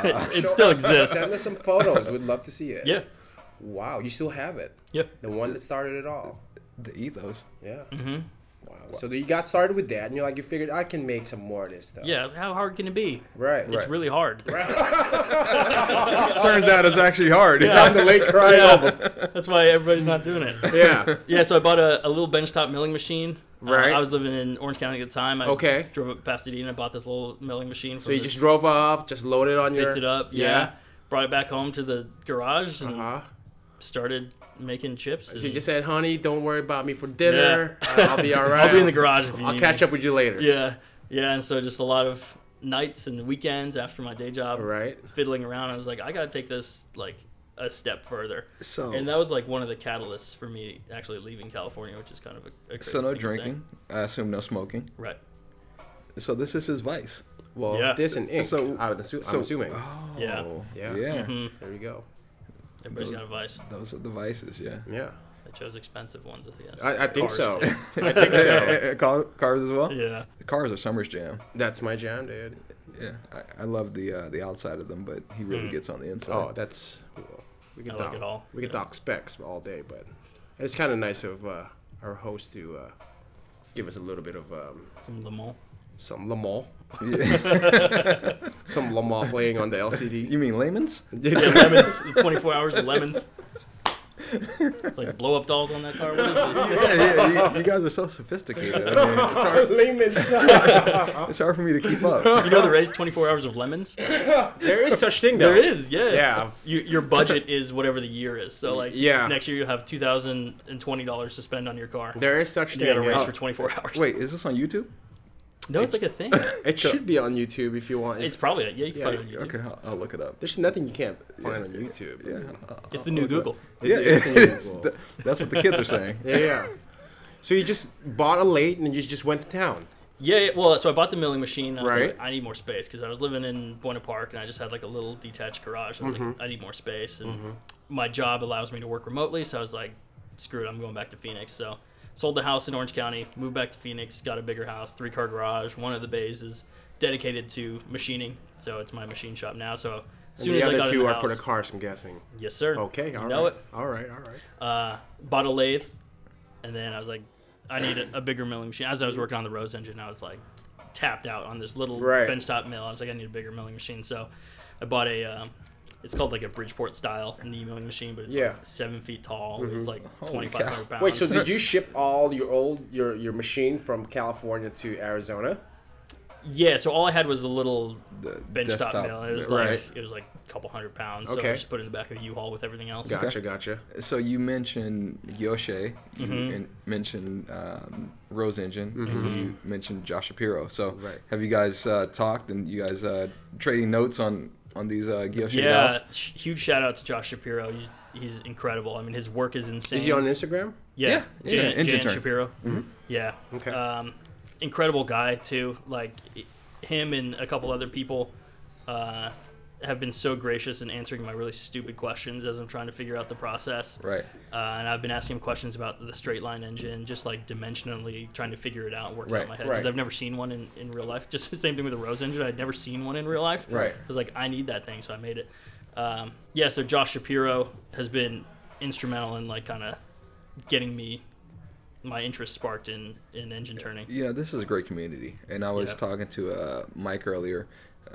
Speaker 4: but
Speaker 1: Ah,
Speaker 4: it still exists.
Speaker 3: Send us some photos. We'd love to see it.
Speaker 4: Yeah.
Speaker 3: Wow, you still have it.
Speaker 4: Yep.
Speaker 3: The one that started it all.
Speaker 1: The ethos.
Speaker 3: Yeah. Mm-hmm. Wow. So you got started with that, and you're like, you figured I can make some more of this stuff.
Speaker 4: Yeah. I was like, How hard can it be?
Speaker 3: Right.
Speaker 4: It's really hard.
Speaker 1: Turns out it's actually hard. It's
Speaker 3: I'm the late crying album.
Speaker 4: That's why everybody's not doing it.
Speaker 3: Yeah.
Speaker 4: Yeah, so I bought a, a little benchtop milling machine. Uh,
Speaker 3: Right.
Speaker 4: I was living in Orange County at the time. I
Speaker 3: Okay.
Speaker 4: Drove up to Pasadena and bought this little milling machine.
Speaker 3: So you just drove up, just loaded on your.
Speaker 4: picked it up. Yeah. Brought it back home to the garage and
Speaker 3: Uh-huh.
Speaker 4: started making chips.
Speaker 3: So you
Speaker 4: and-
Speaker 3: just said, honey, don't worry about me for dinner. Uh, I'll be all right.
Speaker 4: I'll be in the garage if you
Speaker 3: I'll
Speaker 4: need
Speaker 3: catch
Speaker 4: me.
Speaker 3: up with you later.
Speaker 4: Yeah. Yeah. And so just a lot of nights and weekends after my day job.
Speaker 3: Right.
Speaker 4: Fiddling around. I was like, I got to take this like a step further.
Speaker 3: Oh.
Speaker 1: So-
Speaker 4: And that was like one of the catalysts for me actually leaving California, which is kind of a, a crazy
Speaker 1: So no
Speaker 4: thing to say.
Speaker 1: drinking. I assume no smoking.
Speaker 4: Right.
Speaker 1: So this is his vice.
Speaker 3: Well,
Speaker 4: Yeah.
Speaker 3: this and ink.
Speaker 1: So-
Speaker 3: I would assu-
Speaker 1: so-
Speaker 3: I'm assuming.
Speaker 1: Oh.
Speaker 4: Yeah.
Speaker 1: Yeah. Mm-hmm.
Speaker 3: Yeah. There you go.
Speaker 4: Mm-hmm. Everybody's got a vice.
Speaker 1: Those are the vices. Yeah.
Speaker 3: Yeah.
Speaker 4: I chose expensive ones at the end.
Speaker 3: I, I think
Speaker 4: Cars,
Speaker 3: so.
Speaker 4: too.
Speaker 3: I think so.
Speaker 1: Eh, eh, car- cars as well.
Speaker 4: Yeah.
Speaker 1: The cars are Summer's jam.
Speaker 3: That's my jam, dude.
Speaker 1: Yeah. I, I love the uh, the outside of them, but he really gets on the inside.
Speaker 3: Oh, that's. well, we can
Speaker 4: I like
Speaker 3: talk.
Speaker 4: it all.
Speaker 3: We can
Speaker 4: Yeah.
Speaker 3: talk specs all day, but it's kind of nice of uh, our host to uh, give us a little bit of um,
Speaker 4: Some Le Mans.
Speaker 3: some Lamar,
Speaker 1: Yeah.
Speaker 3: some Lamar playing on the LCD.
Speaker 1: you mean layman's?
Speaker 4: Yeah, lemons. 24 hours of lemons. It's like blow up dolls on that car. What is this?
Speaker 1: yeah, yeah. You, you guys are so sophisticated. I mean, it's, hard, it's hard for me to keep up.
Speaker 4: You know the race 24 hours of lemons?
Speaker 3: there is such thing though.
Speaker 4: There is, yeah.
Speaker 3: Yeah.
Speaker 4: You, your budget is whatever the year is. So like
Speaker 3: Yeah.
Speaker 4: next year you'll have $2,020 to spend on your car.
Speaker 3: There is such
Speaker 4: You
Speaker 3: thing.
Speaker 4: gotta
Speaker 3: yeah.
Speaker 4: race for 24 hours.
Speaker 1: Wait, is this on YouTube?
Speaker 4: No, it's like a thing.
Speaker 3: It should be on YouTube if you want.
Speaker 4: It's probably, yeah, you can
Speaker 3: Yeah,
Speaker 4: find it on YouTube.
Speaker 1: Okay, I'll, I'll look it up.
Speaker 3: There's nothing you can't find on YouTube.
Speaker 1: Yeah,
Speaker 4: It's the new Google.
Speaker 1: yeah,
Speaker 3: It's-
Speaker 1: it
Speaker 3: it's
Speaker 1: is.
Speaker 3: Google.
Speaker 1: Th- that's what the kids are saying.
Speaker 3: Yeah, yeah. So you just bought a late and you just went to town.
Speaker 4: Yeah, yeah, well, so I bought the milling machine. I was
Speaker 3: Right.
Speaker 4: like, I need more space because I was living in Buena Park and I just had like a little detached garage. I was
Speaker 3: Mm-hmm.
Speaker 4: like, I need more space, and my job allows me to work remotely. So I was like, screw it, I'm going back to Phoenix. So sold the house in Orange County, moved back to Phoenix, got a bigger house, three car garage. One of the bays is dedicated to machining, so it's my machine shop now. So as
Speaker 3: And
Speaker 4: soon
Speaker 3: the
Speaker 4: as I
Speaker 3: other
Speaker 4: got in
Speaker 3: two
Speaker 4: the
Speaker 3: are
Speaker 4: house,
Speaker 3: for the cars, I'm guessing.
Speaker 4: yes, sir.
Speaker 3: Okay,
Speaker 4: you
Speaker 3: all right.
Speaker 4: know it
Speaker 3: All right, all right.
Speaker 4: uh, bought a lathe, and then I was like, I need a, a bigger milling machine. As I was working on the Rose engine, I was like tapped out on this little
Speaker 3: Right.
Speaker 4: benchtop mill. I was like, I need a bigger milling machine. So I bought a, um, it's called like a Bridgeport style knee milling machine, but it's
Speaker 3: Yeah. Mm-hmm.
Speaker 4: like seven feet tall. It's like
Speaker 1: Holy
Speaker 4: twenty five hundred pounds.
Speaker 3: Wait, so did you ship all your old your your machine from California to Arizona?
Speaker 4: yeah, so all I had was the little
Speaker 1: The
Speaker 4: benchtop
Speaker 1: desktop
Speaker 4: mill. It was
Speaker 3: mill,
Speaker 4: like
Speaker 3: right.
Speaker 4: it was like a couple hundred pounds. So
Speaker 3: Okay.
Speaker 4: I just put it in the back of the U haul with everything else.
Speaker 3: Gotcha, gotcha.
Speaker 1: So you mentioned Yoshe, you
Speaker 4: Mm-hmm.
Speaker 1: en- mentioned um, Rose Engine, and you mentioned Josh Shapiro. So
Speaker 3: Mm-hmm. Right.
Speaker 1: have you guys uh, talked and you guys uh, trading notes on on these uh, Yoshe
Speaker 4: Yeah,
Speaker 1: dolls?
Speaker 4: sh- huge shout out to Josh Shapiro. He's he's incredible. I mean, his work is insane.
Speaker 3: Is he on Instagram?
Speaker 4: Yeah,
Speaker 1: Yeah,
Speaker 4: Jan,
Speaker 1: yeah, Mm-hmm. engine
Speaker 4: Jan
Speaker 1: turn.
Speaker 4: Shapiro. Yeah.
Speaker 3: Okay.
Speaker 4: Um, incredible guy too. Like i- him and a couple other people uh, have been so gracious in answering my really stupid questions as I'm trying to figure out the process.
Speaker 1: Right.
Speaker 4: Uh, and I've been asking him questions about the straight line engine, just like dimensionally trying to figure it out and work it out
Speaker 1: Right,
Speaker 4: in my head. Because
Speaker 3: right.
Speaker 4: I've never seen one in, in real life. Just the same thing with the Rose engine. I'd never seen one in real life.
Speaker 1: Right.
Speaker 4: I was like, I need that thing, so I made it. Um, yeah, so Josh Shapiro has been instrumental in like kind of getting me my interest sparked in, in engine turning.
Speaker 1: You know, this is a great community. And I was
Speaker 4: Yeah.
Speaker 1: talking to uh, Mike earlier.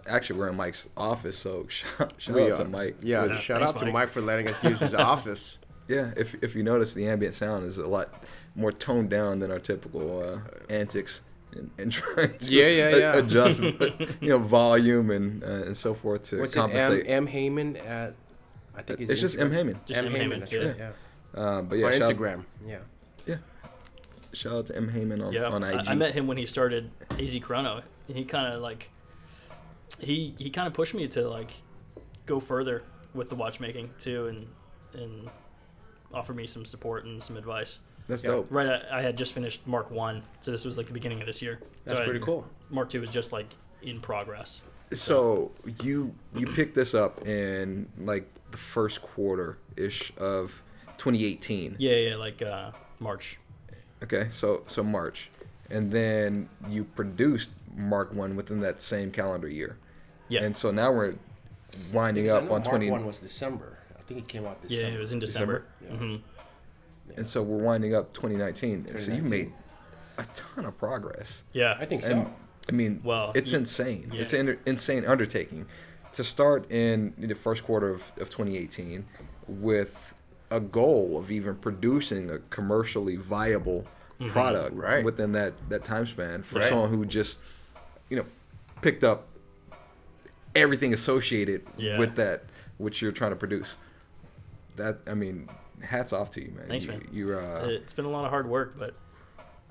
Speaker 1: Actually, we're in Mike's office, so shout, shout
Speaker 3: We
Speaker 1: out to
Speaker 3: are.
Speaker 1: Mike.
Speaker 3: Yeah,
Speaker 1: Which-
Speaker 3: shout
Speaker 4: thanks,
Speaker 3: out to
Speaker 4: Mike.
Speaker 3: Mike for letting us use his office.
Speaker 1: yeah. If, if you notice, the ambient sound is a lot more toned down than our typical uh, antics. And, and trying to
Speaker 3: Yeah, yeah,
Speaker 1: a-
Speaker 3: yeah.
Speaker 1: adjust, you know, volume and uh, and so forth to
Speaker 3: What's it? M,
Speaker 1: compensate.
Speaker 3: M Heyman at I think he's
Speaker 1: it's just M. Heyman.
Speaker 4: Just M. Heyman,
Speaker 3: that's
Speaker 4: yeah.
Speaker 3: right, yeah.
Speaker 1: Uh, but yeah,
Speaker 3: on
Speaker 1: shout,
Speaker 3: Instagram. Yeah.
Speaker 1: Yeah. Shout out to M. Heyman on,
Speaker 4: Yeah,
Speaker 1: on IG.
Speaker 4: I, I met him when he started AZ Chrono. And he kind of like he he kind of pushed me to like go further with the watchmaking too, and and offer me some support and some advice.
Speaker 1: That's
Speaker 3: Yeah.
Speaker 1: dope.
Speaker 4: Right, I, I had just finished Mark One, so this was like the beginning of this year.
Speaker 3: That's
Speaker 4: so I-
Speaker 3: pretty cool.
Speaker 4: Mark Two was just like in progress.
Speaker 1: So you you picked this up in like the first quarter ish of 2018.
Speaker 4: Yeah, yeah, like uh, March.
Speaker 1: Okay, so so March, and then you produced Mark One within that same calendar year.
Speaker 4: Yeah.
Speaker 1: And so now we're winding up on 20.
Speaker 3: One was December. I think it came out this
Speaker 4: Yeah,
Speaker 3: summer.
Speaker 4: it was in December.
Speaker 3: December?
Speaker 4: hmm
Speaker 1: And so we're winding up 2019. And so you
Speaker 3: 2019.
Speaker 1: made a ton of progress.
Speaker 4: Yeah.
Speaker 3: I think so.
Speaker 1: And I mean,
Speaker 4: Well,
Speaker 1: it's
Speaker 4: y-
Speaker 1: insane.
Speaker 4: yeah.
Speaker 1: It's an insane undertaking to start in the first quarter of, of 2018 with a goal of even producing a commercially viable
Speaker 4: Mm-hmm.
Speaker 1: product
Speaker 3: Right.
Speaker 1: within that, that time span for
Speaker 3: Right.
Speaker 1: someone who just, you know, picked up everything associated
Speaker 4: Yeah.
Speaker 1: with that, which you're trying to produce. That, I mean, hats off to you, man.
Speaker 4: Thanks,
Speaker 1: you,
Speaker 4: man.
Speaker 1: You're, uh,
Speaker 4: it's been a lot of hard work, but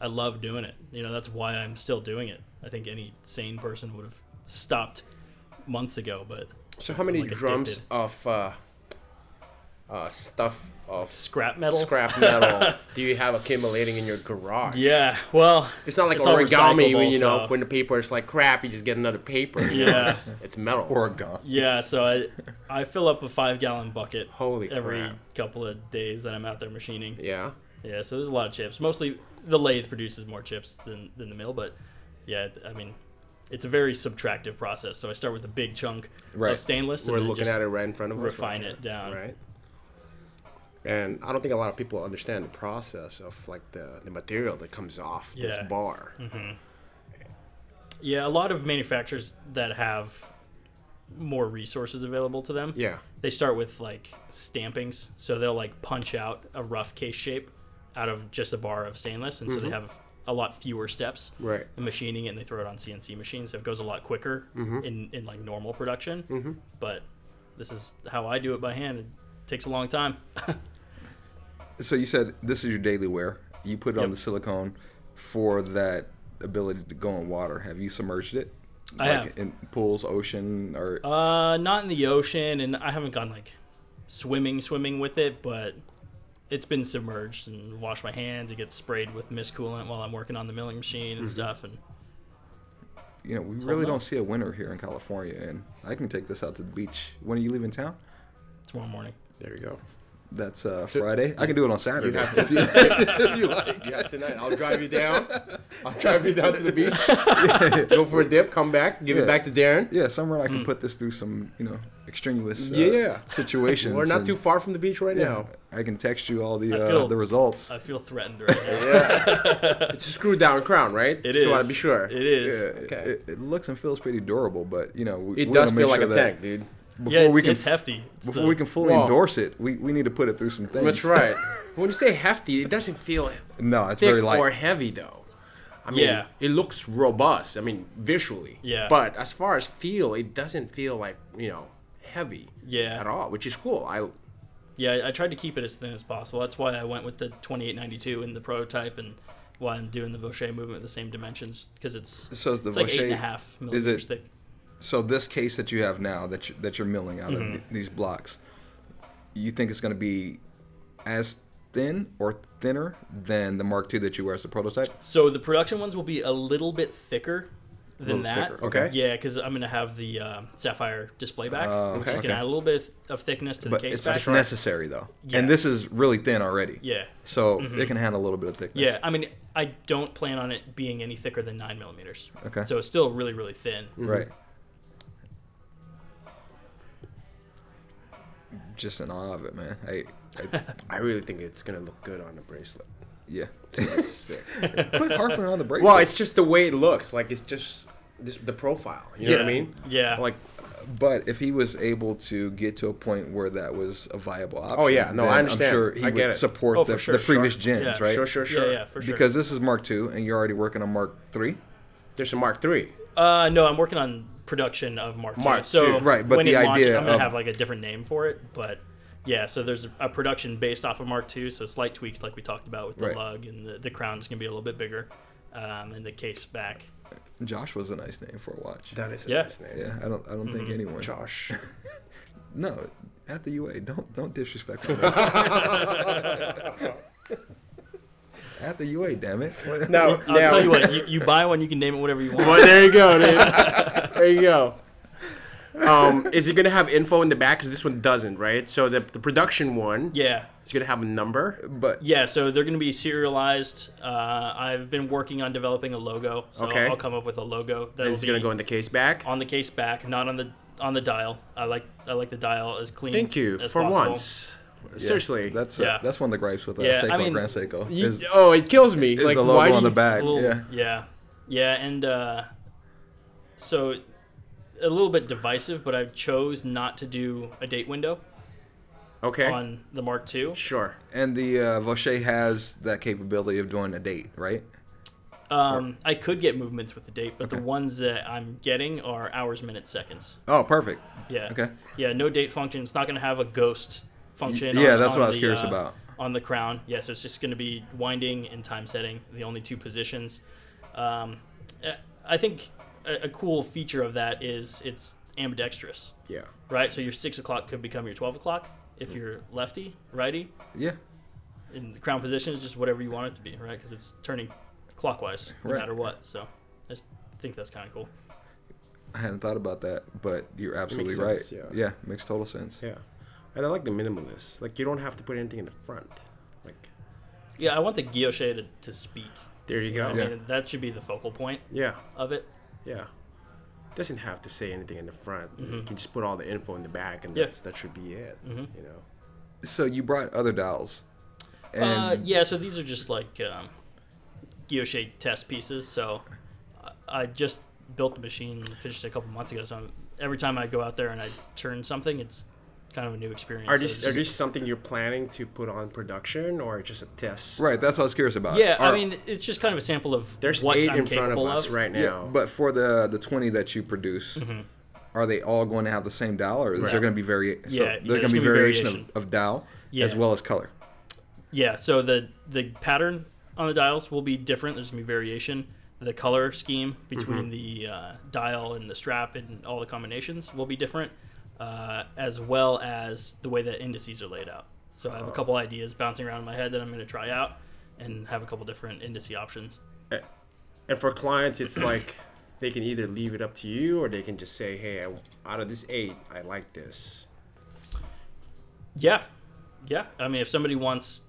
Speaker 4: I love doing it. You know, that's why I'm still doing it. I think any sane person would have stopped months ago, but
Speaker 3: So how many
Speaker 4: Like
Speaker 3: drums
Speaker 4: addicted.
Speaker 3: of uh, uh, stuff of
Speaker 4: scrap metal.
Speaker 3: scrap metal do you have accumulating in your garage?
Speaker 4: Yeah. Well,
Speaker 3: It's uh, not like
Speaker 4: It's all
Speaker 3: origami when you
Speaker 4: recyclable,
Speaker 3: know
Speaker 4: so-
Speaker 3: when the paper is like crap, you just get another paper. you know,
Speaker 4: Yeah.
Speaker 3: it's, it's metal.
Speaker 1: or a gun.
Speaker 4: yeah. So I I fill up a five gallon bucket
Speaker 3: Holy
Speaker 4: every
Speaker 3: crap.
Speaker 4: couple of days that I'm out there machining.
Speaker 3: yeah.
Speaker 4: Yeah, so there's a lot of chips. Mostly the lathe produces more chips than, than the mill, but yeah, I mean, it's a very subtractive process. So I start with a big chunk
Speaker 1: Right.
Speaker 4: of stainless and
Speaker 3: We're
Speaker 4: then
Speaker 3: looking
Speaker 4: just
Speaker 3: at it right in front of us.
Speaker 4: refine
Speaker 3: right
Speaker 4: it
Speaker 3: here,
Speaker 4: down.
Speaker 3: Right. And I don't think a lot of people understand the process of like the, the material that comes off this
Speaker 4: Yeah. Mm-hmm.
Speaker 3: bar.
Speaker 4: Yeah, a lot of manufacturers that have more resources available to them,
Speaker 3: Yeah.
Speaker 4: they start with like stampings. So they'll like punch out a rough case shape out of just a bar of stainless, and so they have a lot fewer steps.
Speaker 3: Mm-hmm. Right.
Speaker 4: in machining it and they throw it on CNC machines, so it goes a lot quicker
Speaker 3: Mm-hmm.
Speaker 4: in, in like normal production. But this is how I do it by hand. It takes a long time.
Speaker 1: So you said this is your daily wear. You put it on
Speaker 4: Yep.
Speaker 1: the silicone for that ability to go in water. Have you submerged it?
Speaker 4: I
Speaker 1: like
Speaker 4: have.
Speaker 1: in pools, ocean, or
Speaker 3: Oh,
Speaker 4: Uh, not in the ocean, and I haven't gone like swimming, swimming with it, but it's been submerged and wash my hands. It gets sprayed with mist coolant while I'm working on the milling machine and stuff. And
Speaker 1: you know, we really
Speaker 4: no.
Speaker 1: don't see a winter here in California. And I can take this out to the beach. When are you leaving town?
Speaker 4: tomorrow morning,
Speaker 3: There you go.
Speaker 1: That's uh, Friday. I can do it on Saturday
Speaker 3: have
Speaker 1: if, you, if you like.
Speaker 3: Yeah, tonight I'll drive you down. I'll drive you down to the beach. Go for a dip. Come back. Give
Speaker 1: Yeah.
Speaker 3: it back to Darren.
Speaker 1: Yeah, somewhere I can put this through some, you know, extraneous uh,
Speaker 3: Mm. Yeah.
Speaker 1: situations.
Speaker 3: We're not
Speaker 1: and-
Speaker 3: too far from the beach right now.
Speaker 1: I can text you all the
Speaker 4: I
Speaker 1: uh,
Speaker 4: feel-
Speaker 1: the results.
Speaker 4: I feel threatened right now.
Speaker 3: Yeah. it's a screw down crown, right?
Speaker 4: It
Speaker 3: Just
Speaker 4: is.
Speaker 3: want to be sure.
Speaker 4: It is.
Speaker 1: Yeah,
Speaker 3: okay.
Speaker 1: it, it looks and feels pretty durable, but you know, we,
Speaker 3: It
Speaker 1: we're
Speaker 3: does
Speaker 1: gonna
Speaker 3: feel
Speaker 1: make
Speaker 3: like
Speaker 1: sure
Speaker 3: a
Speaker 1: that
Speaker 3: tank, dude.
Speaker 1: Before
Speaker 4: yeah, it's,
Speaker 1: we can
Speaker 4: it's hefty. It's
Speaker 1: before
Speaker 4: the-
Speaker 1: we can fully
Speaker 3: Well-
Speaker 1: endorse it, we, we need to put it through some things.
Speaker 3: That's right. when you say hefty, it doesn't feel
Speaker 1: No, it's
Speaker 3: thick
Speaker 1: very light.
Speaker 3: or heavy though. I mean,
Speaker 4: Yeah.
Speaker 3: it looks robust. I mean, visually.
Speaker 4: Yeah.
Speaker 3: But as far as feel, it doesn't feel like you know heavy.
Speaker 4: Yeah.
Speaker 3: At all, which is cool. I
Speaker 4: Yeah, I- I tried to keep it as thin as possible. That's why I went with the 2892 in the prototype and why I'm doing the Vaucher movement with the same dimensions because it's,
Speaker 1: So is the
Speaker 4: it's like eight and a
Speaker 1: Vaucher-
Speaker 4: half
Speaker 1: is
Speaker 4: millimeters
Speaker 1: it-
Speaker 4: thick.
Speaker 1: so this case that you have now that you, that you're milling out
Speaker 4: Mm-hmm.
Speaker 1: of th- these blocks, you think it's going to be as thin or thinner than the Mark II that you wear as a prototype?
Speaker 4: So the production ones will be a little bit thicker
Speaker 1: Little
Speaker 4: than that.
Speaker 1: thicker, okay.
Speaker 4: Yeah, because I'm going to have the uh, sapphire display back, which is
Speaker 1: Oh, okay.
Speaker 4: going to add a little bit of thickness to
Speaker 1: But
Speaker 4: the case
Speaker 1: it's,
Speaker 4: back.
Speaker 1: it's necessary though,
Speaker 4: Yeah.
Speaker 1: and this is really thin already.
Speaker 4: Yeah. Mm-hmm.
Speaker 1: So it can handle a little bit of thickness.
Speaker 4: Yeah, I mean, I don't plan on it being any thicker than nine millimeters.
Speaker 1: Okay.
Speaker 4: So it's still really, really thin.
Speaker 1: Right. Just in awe of it, man. I, I
Speaker 3: I really think it's gonna look good on a bracelet.
Speaker 1: yeah.
Speaker 3: That's sick.
Speaker 1: Quit harping on the brakes.
Speaker 3: well, it's just the way it looks. Like it's just this the profile. You know what I
Speaker 4: Yeah.
Speaker 3: mean?
Speaker 4: Yeah.
Speaker 3: Like
Speaker 1: But if he was able to get to a point where that was a viable option,
Speaker 3: Oh, yeah. No, I
Speaker 1: then
Speaker 3: understand.
Speaker 1: I'm sure he
Speaker 3: I get
Speaker 1: would
Speaker 3: it.
Speaker 1: support
Speaker 4: Oh, for
Speaker 1: the,
Speaker 4: sure,
Speaker 1: the previous
Speaker 4: sure.
Speaker 1: gens,
Speaker 4: Yeah.
Speaker 1: right?
Speaker 3: sure, sure, sure.
Speaker 4: Yeah, yeah, for sure.
Speaker 1: Because this is Mark II, and you're already working on Mark III.
Speaker 3: there's a Mark Three.
Speaker 4: Uh, no, I'm working on production of Mark. II.
Speaker 3: Mark
Speaker 4: so
Speaker 3: II.
Speaker 1: Right, but
Speaker 4: when
Speaker 1: the
Speaker 4: it launches,
Speaker 1: idea
Speaker 4: I'm gonna
Speaker 1: of-
Speaker 4: have like a different name for it, but yeah. So there's a production based off of Mark two, so slight tweaks like we talked about with the
Speaker 1: Right.
Speaker 4: lug and the the crown's gonna be a little bit bigger, um, and the case back.
Speaker 1: Josh was a nice name for a watch.
Speaker 3: That is a
Speaker 4: Yeah.
Speaker 3: nice name.
Speaker 1: yeah, I don't, I don't think anyone.
Speaker 3: Josh.
Speaker 1: No, at the UA, don't, don't disrespect. my brother. at the UA, damn it.
Speaker 3: No,
Speaker 4: I'll
Speaker 3: now-
Speaker 4: tell you what, you, you buy one, you can name it whatever you want.
Speaker 3: Well, there you go, dude. there you go. Um, is it gonna have info in the back? Because this one doesn't, right? So the, the production one,
Speaker 4: Yeah.
Speaker 3: it's gonna have a number.
Speaker 1: But
Speaker 4: Yeah, so they're going to be serialized. Uh, I've been working on developing a logo, so
Speaker 3: Okay.
Speaker 4: I'll come up with a logo
Speaker 3: And
Speaker 4: that'll
Speaker 3: it's
Speaker 4: be
Speaker 3: gonna go in the case back.
Speaker 4: on the case back, not on the on the dial. I like I like the dial as clean.
Speaker 3: Thank you
Speaker 4: as
Speaker 3: for
Speaker 4: possible.
Speaker 3: once. Seriously.
Speaker 1: that's uh,
Speaker 4: Yeah.
Speaker 1: that's one of the gripes with uh,
Speaker 4: Yeah, I
Speaker 1: Seiko,
Speaker 4: mean,
Speaker 1: Grand Seiko.
Speaker 3: You-
Speaker 1: is,
Speaker 3: oh, it kills me.
Speaker 1: is
Speaker 3: like
Speaker 1: the logo
Speaker 3: why do
Speaker 1: on the
Speaker 3: you-
Speaker 1: back?
Speaker 4: Little-
Speaker 1: yeah.
Speaker 4: yeah, yeah, and uh, so a little bit divisive, but I chose not to do a date window
Speaker 3: Okay.
Speaker 4: on the Mark II.
Speaker 3: Sure.
Speaker 1: And the uh, Vache has that capability of doing a date, right?
Speaker 4: Um, I could get movements with the date, but the ones that I'm getting are hours, minutes, seconds.
Speaker 1: Oh, perfect.
Speaker 4: Yeah.
Speaker 1: Okay.
Speaker 4: Yeah, no date function. It's not going to have a ghost function.
Speaker 1: Y- yeah,
Speaker 4: on-
Speaker 1: that's
Speaker 4: on
Speaker 1: what I was
Speaker 4: the,
Speaker 1: curious
Speaker 4: uh,
Speaker 1: about.
Speaker 4: On the crown. Yeah, so it's just going to be winding and time setting, the only two positions. Um, uh, I think a, a cool feature of that is it's ambidextrous,
Speaker 3: Yeah.
Speaker 4: right? So your 6 o'clock could become your 12 o'clock if you're lefty, righty.
Speaker 1: Yeah.
Speaker 4: And the crown position is just whatever you want it to be, right? Because it's turning clockwise no
Speaker 1: Right.
Speaker 4: matter what. So I just think that's kind of cool.
Speaker 1: I hadn't thought about that, but you're absolutely right.
Speaker 3: sense, yeah.
Speaker 1: yeah, makes total sense.
Speaker 3: Yeah. And I like the minimalist. Like you don't have to put anything in the front. Like
Speaker 4: Yeah, I want the guilloche to, to speak.
Speaker 3: there you go.
Speaker 4: I
Speaker 1: Yeah.
Speaker 4: mean, that should be the focal point
Speaker 3: Yeah.
Speaker 4: of it.
Speaker 3: Yeah. Doesn't have to say anything in the front. You can just put all the info in the back, and
Speaker 4: Mm-hmm. Yeah. Mm-hmm.
Speaker 3: that's that should be it. You know.
Speaker 1: So you brought other dials, and
Speaker 4: Uh, yeah, so these are just like um, guilloche test pieces. So I- I just built the machine, finished it a couple months ago. So I'm, every time I go out there and I turn something, it's kind of a new experience.
Speaker 3: Are
Speaker 4: So
Speaker 3: these
Speaker 4: it's-
Speaker 3: are these something you're planning to put on production, or just a test?
Speaker 1: right, that's what I was curious about.
Speaker 4: yeah, I
Speaker 1: Are-
Speaker 4: mean, it's just kind of a sample of
Speaker 3: Uh, There's
Speaker 4: what
Speaker 3: eight
Speaker 4: I'm
Speaker 3: in front of
Speaker 4: capable
Speaker 3: us right
Speaker 1: yeah,
Speaker 3: now.
Speaker 1: but for the the twenty that you produce, are they all going to have the same dial, or is there
Speaker 4: Mm-hmm. Right.
Speaker 1: going to be vari- so
Speaker 4: Yeah, yeah,
Speaker 1: there's going
Speaker 4: there's
Speaker 1: to be
Speaker 4: gonna be
Speaker 1: variation of,
Speaker 4: variation.
Speaker 1: of dial as
Speaker 4: Yeah.
Speaker 1: well as color.
Speaker 4: Yeah, so the the pattern on the dials will be different. There's gonna be variation. The color scheme between
Speaker 3: Mm-hmm.
Speaker 4: the uh, dial and the strap and all the combinations will be different, uh, as well as the way that indices are laid out. So I
Speaker 3: Oh.
Speaker 4: have a couple ideas bouncing around in my head that I'm gonna try out, and have a couple different indice options.
Speaker 3: and for clients, it's like they can either leave it up to you, or they can just say, "Hey, I, out of this eight, I like this."
Speaker 4: Yeah, yeah. I mean, if somebody wants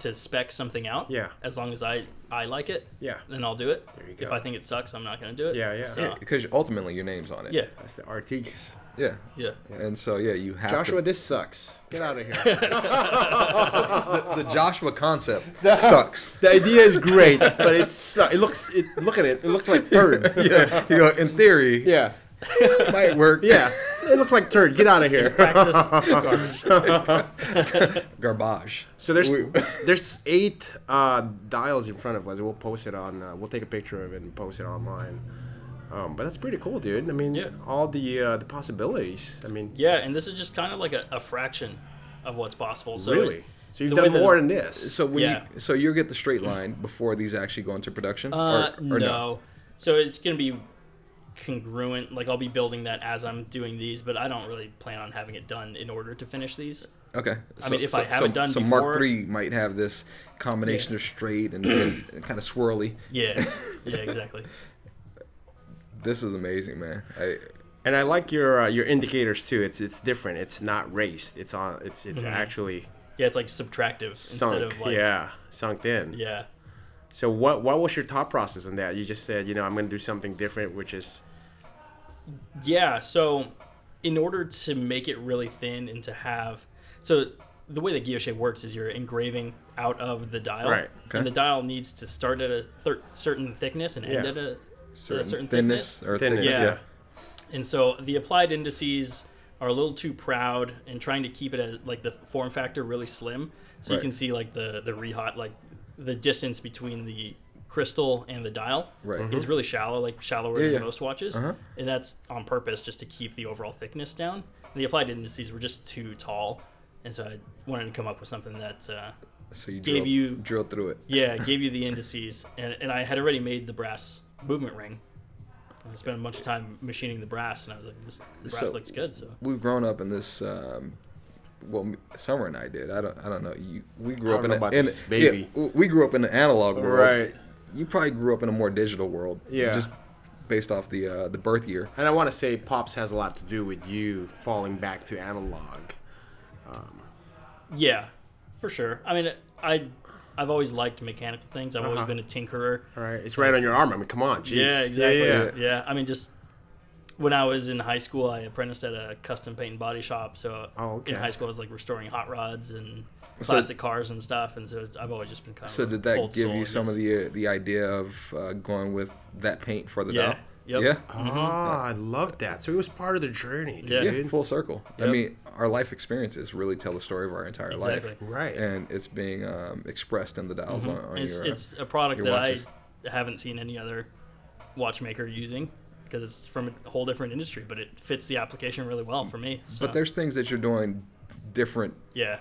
Speaker 4: to spec something out,
Speaker 3: Yeah.
Speaker 4: As long as I I like it,
Speaker 3: Yeah.
Speaker 4: then I'll do it.
Speaker 3: There you
Speaker 4: If
Speaker 3: go.
Speaker 4: I think it sucks, I'm not gonna do it.
Speaker 3: Yeah, yeah.
Speaker 4: So,
Speaker 1: Because ultimately, your name's on it.
Speaker 4: yeah,
Speaker 3: That's the artiques.
Speaker 1: yeah,
Speaker 4: yeah.
Speaker 1: And so yeah, you have To,
Speaker 3: Joshua, this sucks. Get out of here.
Speaker 1: the Joshua concept sucks.
Speaker 3: the idea is great, but it sucks. It looks. It look at it. It looks like turd.
Speaker 1: yeah, you go. In theory,
Speaker 3: yeah.
Speaker 1: it might work.
Speaker 3: Yeah. It looks like turd. Get out of here.
Speaker 4: Practice garbage.
Speaker 1: garbage.
Speaker 3: So there's
Speaker 1: We-
Speaker 3: there's eight uh, dials in front of us. We'll post it on. Uh, we'll take a picture of it and post it online. Um, but that's pretty cool, dude. I mean,
Speaker 4: Yeah.
Speaker 3: all the uh, the possibilities. I mean,
Speaker 4: Yeah, and this is just kind of like a, a fraction of what's possible. So
Speaker 3: really.
Speaker 4: it-
Speaker 3: so you've
Speaker 4: the
Speaker 3: done
Speaker 4: way the-
Speaker 3: more than this.
Speaker 1: So when
Speaker 4: Yeah.
Speaker 1: you, so you get the straight line before these actually go into production,
Speaker 4: uh, no. So it's going to be congruent. Like I'll be building that as I'm doing these, but I don't really plan on having it done in order to finish these.
Speaker 1: Okay.
Speaker 4: I mean, if I haven't done
Speaker 1: so Mark
Speaker 4: before-
Speaker 1: Three might have this combination of straight and, and kind of swirly.
Speaker 4: Yeah, yeah, exactly.
Speaker 1: This is amazing, man. I,
Speaker 3: and I like your uh, your indicators too. It's it's different. It's not raced. It's on. It's it's actually
Speaker 4: Yeah, it's like subtractive Mm-hmm. instead
Speaker 3: sunk.
Speaker 4: of like
Speaker 3: yeah, sunk in.
Speaker 4: yeah.
Speaker 3: So what what was your thought process on that? You just said you know I'm going to do something different, which is
Speaker 4: Yeah, so in order to make it really thin and to have so the way that guilloche works is you're engraving out of the dial
Speaker 3: Right,
Speaker 1: okay.
Speaker 4: and the dial needs to start at a thir- certain thickness and end
Speaker 3: Yeah.
Speaker 4: at a
Speaker 1: certain,
Speaker 4: a certain
Speaker 1: thinness,
Speaker 4: thickness.
Speaker 1: or
Speaker 3: thinness.
Speaker 1: thickness.
Speaker 4: yeah.
Speaker 1: Yeah.
Speaker 4: And so the applied indices are a little too proud and trying to keep it at like the form factor really slim. So
Speaker 1: Right.
Speaker 4: you can see like the the rehot like the distance between the crystal and the dial
Speaker 1: Right.
Speaker 4: is really shallow, like shallower
Speaker 1: Yeah,
Speaker 4: than
Speaker 1: yeah. Uh-huh.
Speaker 4: most watches, and that's on purpose just to keep the overall thickness down. And the applied indices were just too tall, and so I wanted to come up with something that uh,
Speaker 1: So you
Speaker 4: Gave
Speaker 1: drill,
Speaker 4: you-
Speaker 1: drill through it.
Speaker 4: yeah, it gave you the indices, and, and I had already made the brass movement ring. I spent a bunch of time machining the brass, and I was like, this the brass
Speaker 1: So-
Speaker 4: looks good. So
Speaker 1: We've grown up in this. Um, well, me- Summer and I did. I don't. I don't know. You, we grew
Speaker 3: I
Speaker 1: up in
Speaker 3: don't know
Speaker 1: a,
Speaker 3: about
Speaker 1: in,
Speaker 3: this,
Speaker 1: yeah,
Speaker 3: baby.
Speaker 1: w- we grew up in the analog world.
Speaker 3: Right.
Speaker 1: You probably grew up in a more digital world.
Speaker 3: Yeah.
Speaker 1: Just based off the uh, the birth year.
Speaker 3: And I want to say Pops has a lot to do with you falling back to analog.
Speaker 4: Yeah, for sure. I mean, I I've always liked mechanical things. I've
Speaker 1: Uh-huh.
Speaker 4: always been a tinkerer.
Speaker 3: All right, it's right on your arm. I mean, come on, jeez.
Speaker 4: Yeah, exactly.
Speaker 3: Yeah,
Speaker 4: Yeah,
Speaker 3: yeah.
Speaker 4: I mean, just when I was in high school, I apprenticed at a custom paint and body shop. So
Speaker 3: Oh, okay.
Speaker 4: in high school, I was like restoring hot rods and
Speaker 1: So-
Speaker 4: classic cars and stuff. And so it's- I've always just been kind of
Speaker 1: So
Speaker 4: an
Speaker 1: did that
Speaker 4: old
Speaker 1: give
Speaker 4: soul, I
Speaker 1: you some of
Speaker 4: guess.
Speaker 1: the uh, the idea of uh, going with that paint further
Speaker 4: Yeah.
Speaker 1: down?
Speaker 4: Yep.
Speaker 1: Yeah.
Speaker 3: Ah, I love that. So it was part of the journey, dude.
Speaker 4: Yeah.
Speaker 1: Yeah, full circle. I
Speaker 4: Yep.
Speaker 1: mean, our life experiences really tell the story of our entire life,
Speaker 4: Exactly.
Speaker 3: Right. Mm-hmm.
Speaker 1: and it's being um, expressed in the dials on, on
Speaker 4: It's
Speaker 1: your. uh,
Speaker 4: it's a product
Speaker 1: your
Speaker 4: that
Speaker 1: watches.
Speaker 4: I haven't seen any other watchmaker using because it's from a whole different industry, but it fits the application really well for me. So,
Speaker 3: uh,
Speaker 1: but there's things that you're doing different
Speaker 4: yeah,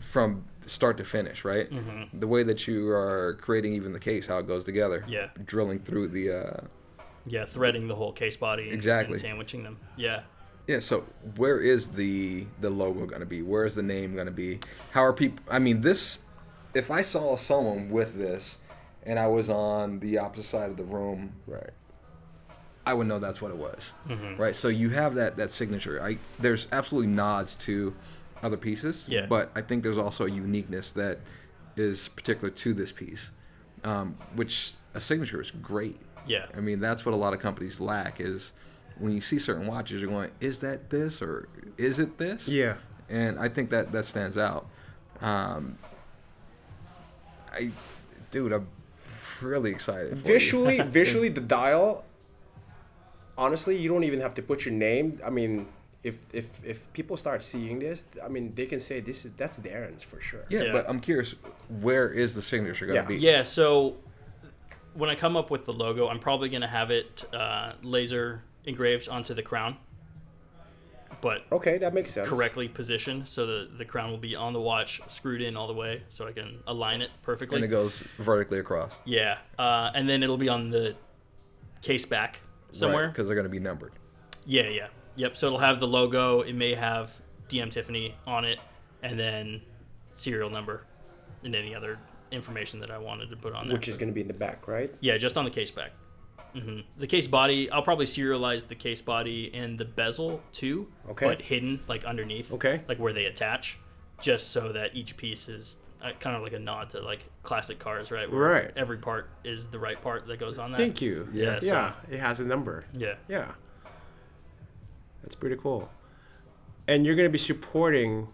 Speaker 1: from start to finish, right? The way that you are creating even the case, how it goes together.
Speaker 4: Yeah.
Speaker 1: Drilling through the. Uh,
Speaker 4: yeah, threading the whole case body and, and
Speaker 1: Exactly.
Speaker 4: sandwiching them. Yeah.
Speaker 1: yeah. So where is the the logo going to be? Where is the name going to be? How are people? I mean, this. If I saw someone with this, and I was on the opposite side of the room,
Speaker 3: Right.
Speaker 1: I would know that's what it was, right? So you have that that signature. I there's absolutely nods to other pieces,
Speaker 4: Yeah.
Speaker 1: But I think there's also a uniqueness that is particular to this piece, um, which a signature is great.
Speaker 4: Yeah.
Speaker 1: I mean that's what a lot of companies lack is when you see certain watches, you're going, is that this or is it this?
Speaker 3: Yeah.
Speaker 1: and I think that that stands out. Um, I, dude, I'm really excited. For you.
Speaker 3: Visually, visually, the dial. Honestly, you don't even have to put your name. I mean, if if if people start seeing this, I mean, they can say this is that's Darren's for sure.
Speaker 1: Yeah,
Speaker 4: Yeah.
Speaker 1: but I'm curious, where is the signature going to
Speaker 3: Yeah.
Speaker 1: be?
Speaker 4: Yeah, so when I come up with the logo, I'm probably going to have it uh, laser engraved onto the crown, but
Speaker 3: Okay, that makes sense.
Speaker 4: correctly positioned so the, the crown will be on the watch, screwed in all the way, so I can align it perfectly.
Speaker 1: And it goes vertically across.
Speaker 4: Yeah, uh, and then it'll be on the case back somewhere.
Speaker 1: Because they're going to be numbered.
Speaker 4: Yeah, yeah, yep. So it'll have the logo. It may have DM Tiffany on it, and then serial number, and any other information that I wanted to put on there.
Speaker 3: Which is going to be in the back, right?
Speaker 4: Yeah, just on the case back. hmm The case body, I'll probably serialize the case body and the bezel too,
Speaker 3: Okay.
Speaker 4: but hidden like underneath,
Speaker 3: Okay.
Speaker 4: like where they attach, just so that each piece is uh, kind of like a nod to like classic cars, right? Where
Speaker 3: Right.
Speaker 4: Every part is the right part that goes on that.
Speaker 3: Thank you.
Speaker 4: Yeah,
Speaker 3: Yeah, it has a number.
Speaker 4: Yeah.
Speaker 3: Yeah. That's pretty cool. And you're going to be supporting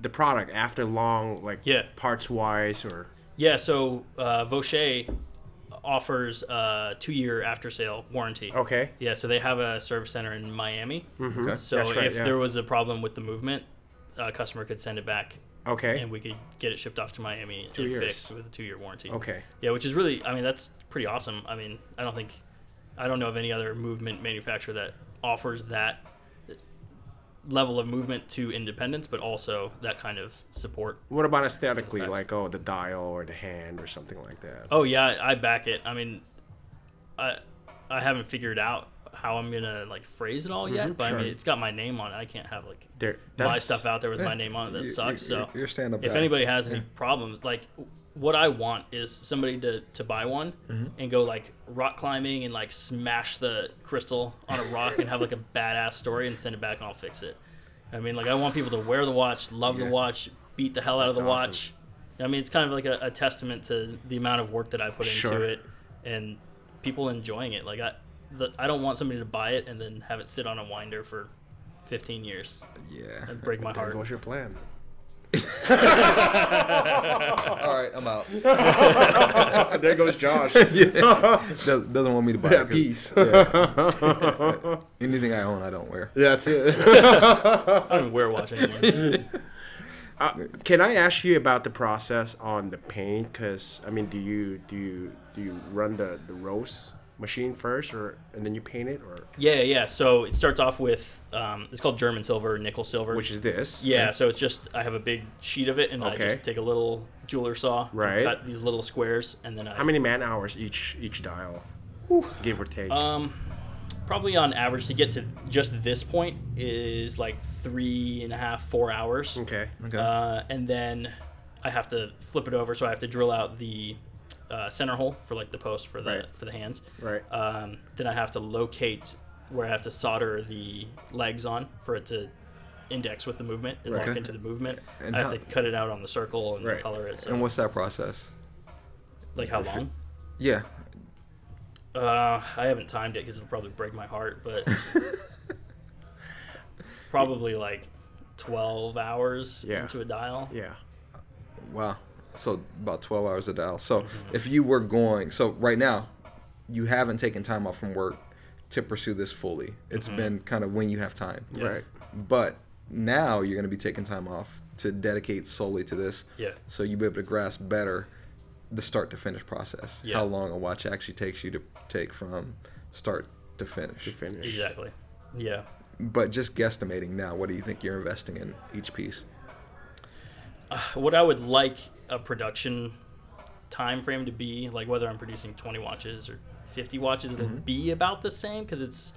Speaker 3: the product after long, like
Speaker 4: Yeah.
Speaker 3: parts wise or.
Speaker 4: Yeah. So uh, Vaucher offers a two-year after-sale warranty.
Speaker 3: Okay.
Speaker 4: Yeah, so they have a service center in Miami. Mm-hmm.
Speaker 1: Okay.
Speaker 4: So
Speaker 3: That's right,
Speaker 4: if
Speaker 3: yeah.
Speaker 4: there was a problem with the movement, a customer could send it back
Speaker 3: Okay.
Speaker 4: and we could get it shipped off to Miami
Speaker 3: Two
Speaker 4: and
Speaker 3: years.
Speaker 4: fixed with a two-year warranty.
Speaker 3: Okay.
Speaker 4: Yeah, which is really, I mean, that's pretty awesome. I mean, I don't think, I don't know of any other movement manufacturer that offers that level of movement to independence, but also that kind of support.
Speaker 3: What about aesthetically?
Speaker 4: Okay.
Speaker 3: Like, oh, the dial or the hand or something like that.
Speaker 4: Oh yeah, I- I back it. I mean, I I haven't figured out how I'm gonna like phrase it all yet, but
Speaker 3: Mm-hmm. sure.
Speaker 4: I mean, it's got my name on it. I can't have like
Speaker 3: There,
Speaker 4: my stuff out there with my name on it. That
Speaker 1: You-
Speaker 4: sucks.
Speaker 1: you-
Speaker 4: so
Speaker 1: You're, you're stand up.
Speaker 4: if anybody has any problems like what i want is somebody to, to buy one
Speaker 3: Mm-hmm.
Speaker 4: and go like rock climbing and like smash the crystal on a rock and have like a badass story and send it back and i'll fix it i mean like i want people to wear the watch love
Speaker 1: Yeah.
Speaker 4: the watch beat the hell out
Speaker 3: That's
Speaker 4: of the
Speaker 3: awesome.
Speaker 4: watch i mean it's kind of like a, a testament to the amount of work that i put
Speaker 3: Sure.
Speaker 4: into it and people enjoying it like i the, i don't want somebody to buy it and then have it sit on a winder for 15 years
Speaker 1: Yeah.
Speaker 4: and break my
Speaker 3: There
Speaker 4: heart
Speaker 3: goes your plan.
Speaker 1: All right, Oh, I'm out.
Speaker 3: Ah, there goes Josh.
Speaker 1: Does, doesn't want me to buy it 'cause-
Speaker 3: Peace.
Speaker 1: yeah. Anything I own, I don't wear.
Speaker 3: Yeah, that's it.
Speaker 4: i don't even wear a watch anymore
Speaker 3: Uh, can I ask you about the process on the paint? Because I mean, do you do you do you run the the roast machine first, or and then you paint it, or
Speaker 4: Yeah, yeah. So it starts off with um, it's called German silver, nickel silver.
Speaker 3: which is this?
Speaker 4: yeah, so it's just I have a big sheet of it, and I
Speaker 3: Okay.
Speaker 4: just take a little jeweler saw, and
Speaker 3: Right.
Speaker 4: cut these little squares, and then I
Speaker 3: How many man hours each each dial, give or take?
Speaker 4: um probably on average to get to just this point is like three and a half, four hours.
Speaker 3: okay.
Speaker 1: Okay.
Speaker 4: Uh, and then I have to flip it over, so I have to drill out the uh, center hole for like the post for the
Speaker 3: Right.
Speaker 4: for the hands.
Speaker 3: Right.
Speaker 4: Um, then I have to locate where I have to solder the legs on for it to index with the movement and lock
Speaker 1: Okay.
Speaker 4: into the movement.
Speaker 1: And
Speaker 4: I
Speaker 1: how-
Speaker 4: have to cut it out on the circle and
Speaker 3: Right.
Speaker 4: color it. So
Speaker 1: And what's that process?
Speaker 4: like how long?
Speaker 1: Yeah.
Speaker 4: Uh, I haven't timed it because it'll probably break my heart, but probably like 12 hours
Speaker 3: Yeah.
Speaker 4: into a dial.
Speaker 3: Yeah.
Speaker 1: Wow. So about 12 hours a dial. So
Speaker 4: Mm-hmm.
Speaker 1: if you were going, so right now, you haven't taken time off from work to pursue this fully. It's
Speaker 4: Mm-hmm.
Speaker 1: been kind of when you have time.
Speaker 3: Right.
Speaker 1: But now you're going to be taking time off to dedicate solely to this.
Speaker 4: Yeah.
Speaker 1: So you'll be able to grasp better the start to finish process.
Speaker 4: Yeah.
Speaker 1: How long a watch actually takes you to take from start to finish.
Speaker 3: To finish.
Speaker 4: Exactly. Yeah.
Speaker 1: But just guesstimating now, what do you think you're investing in each piece?
Speaker 4: What I would like a production time frame to be, like whether I'm producing 20 watches or 50 watches, it'll
Speaker 1: Mm-hmm.
Speaker 4: be about the same because it's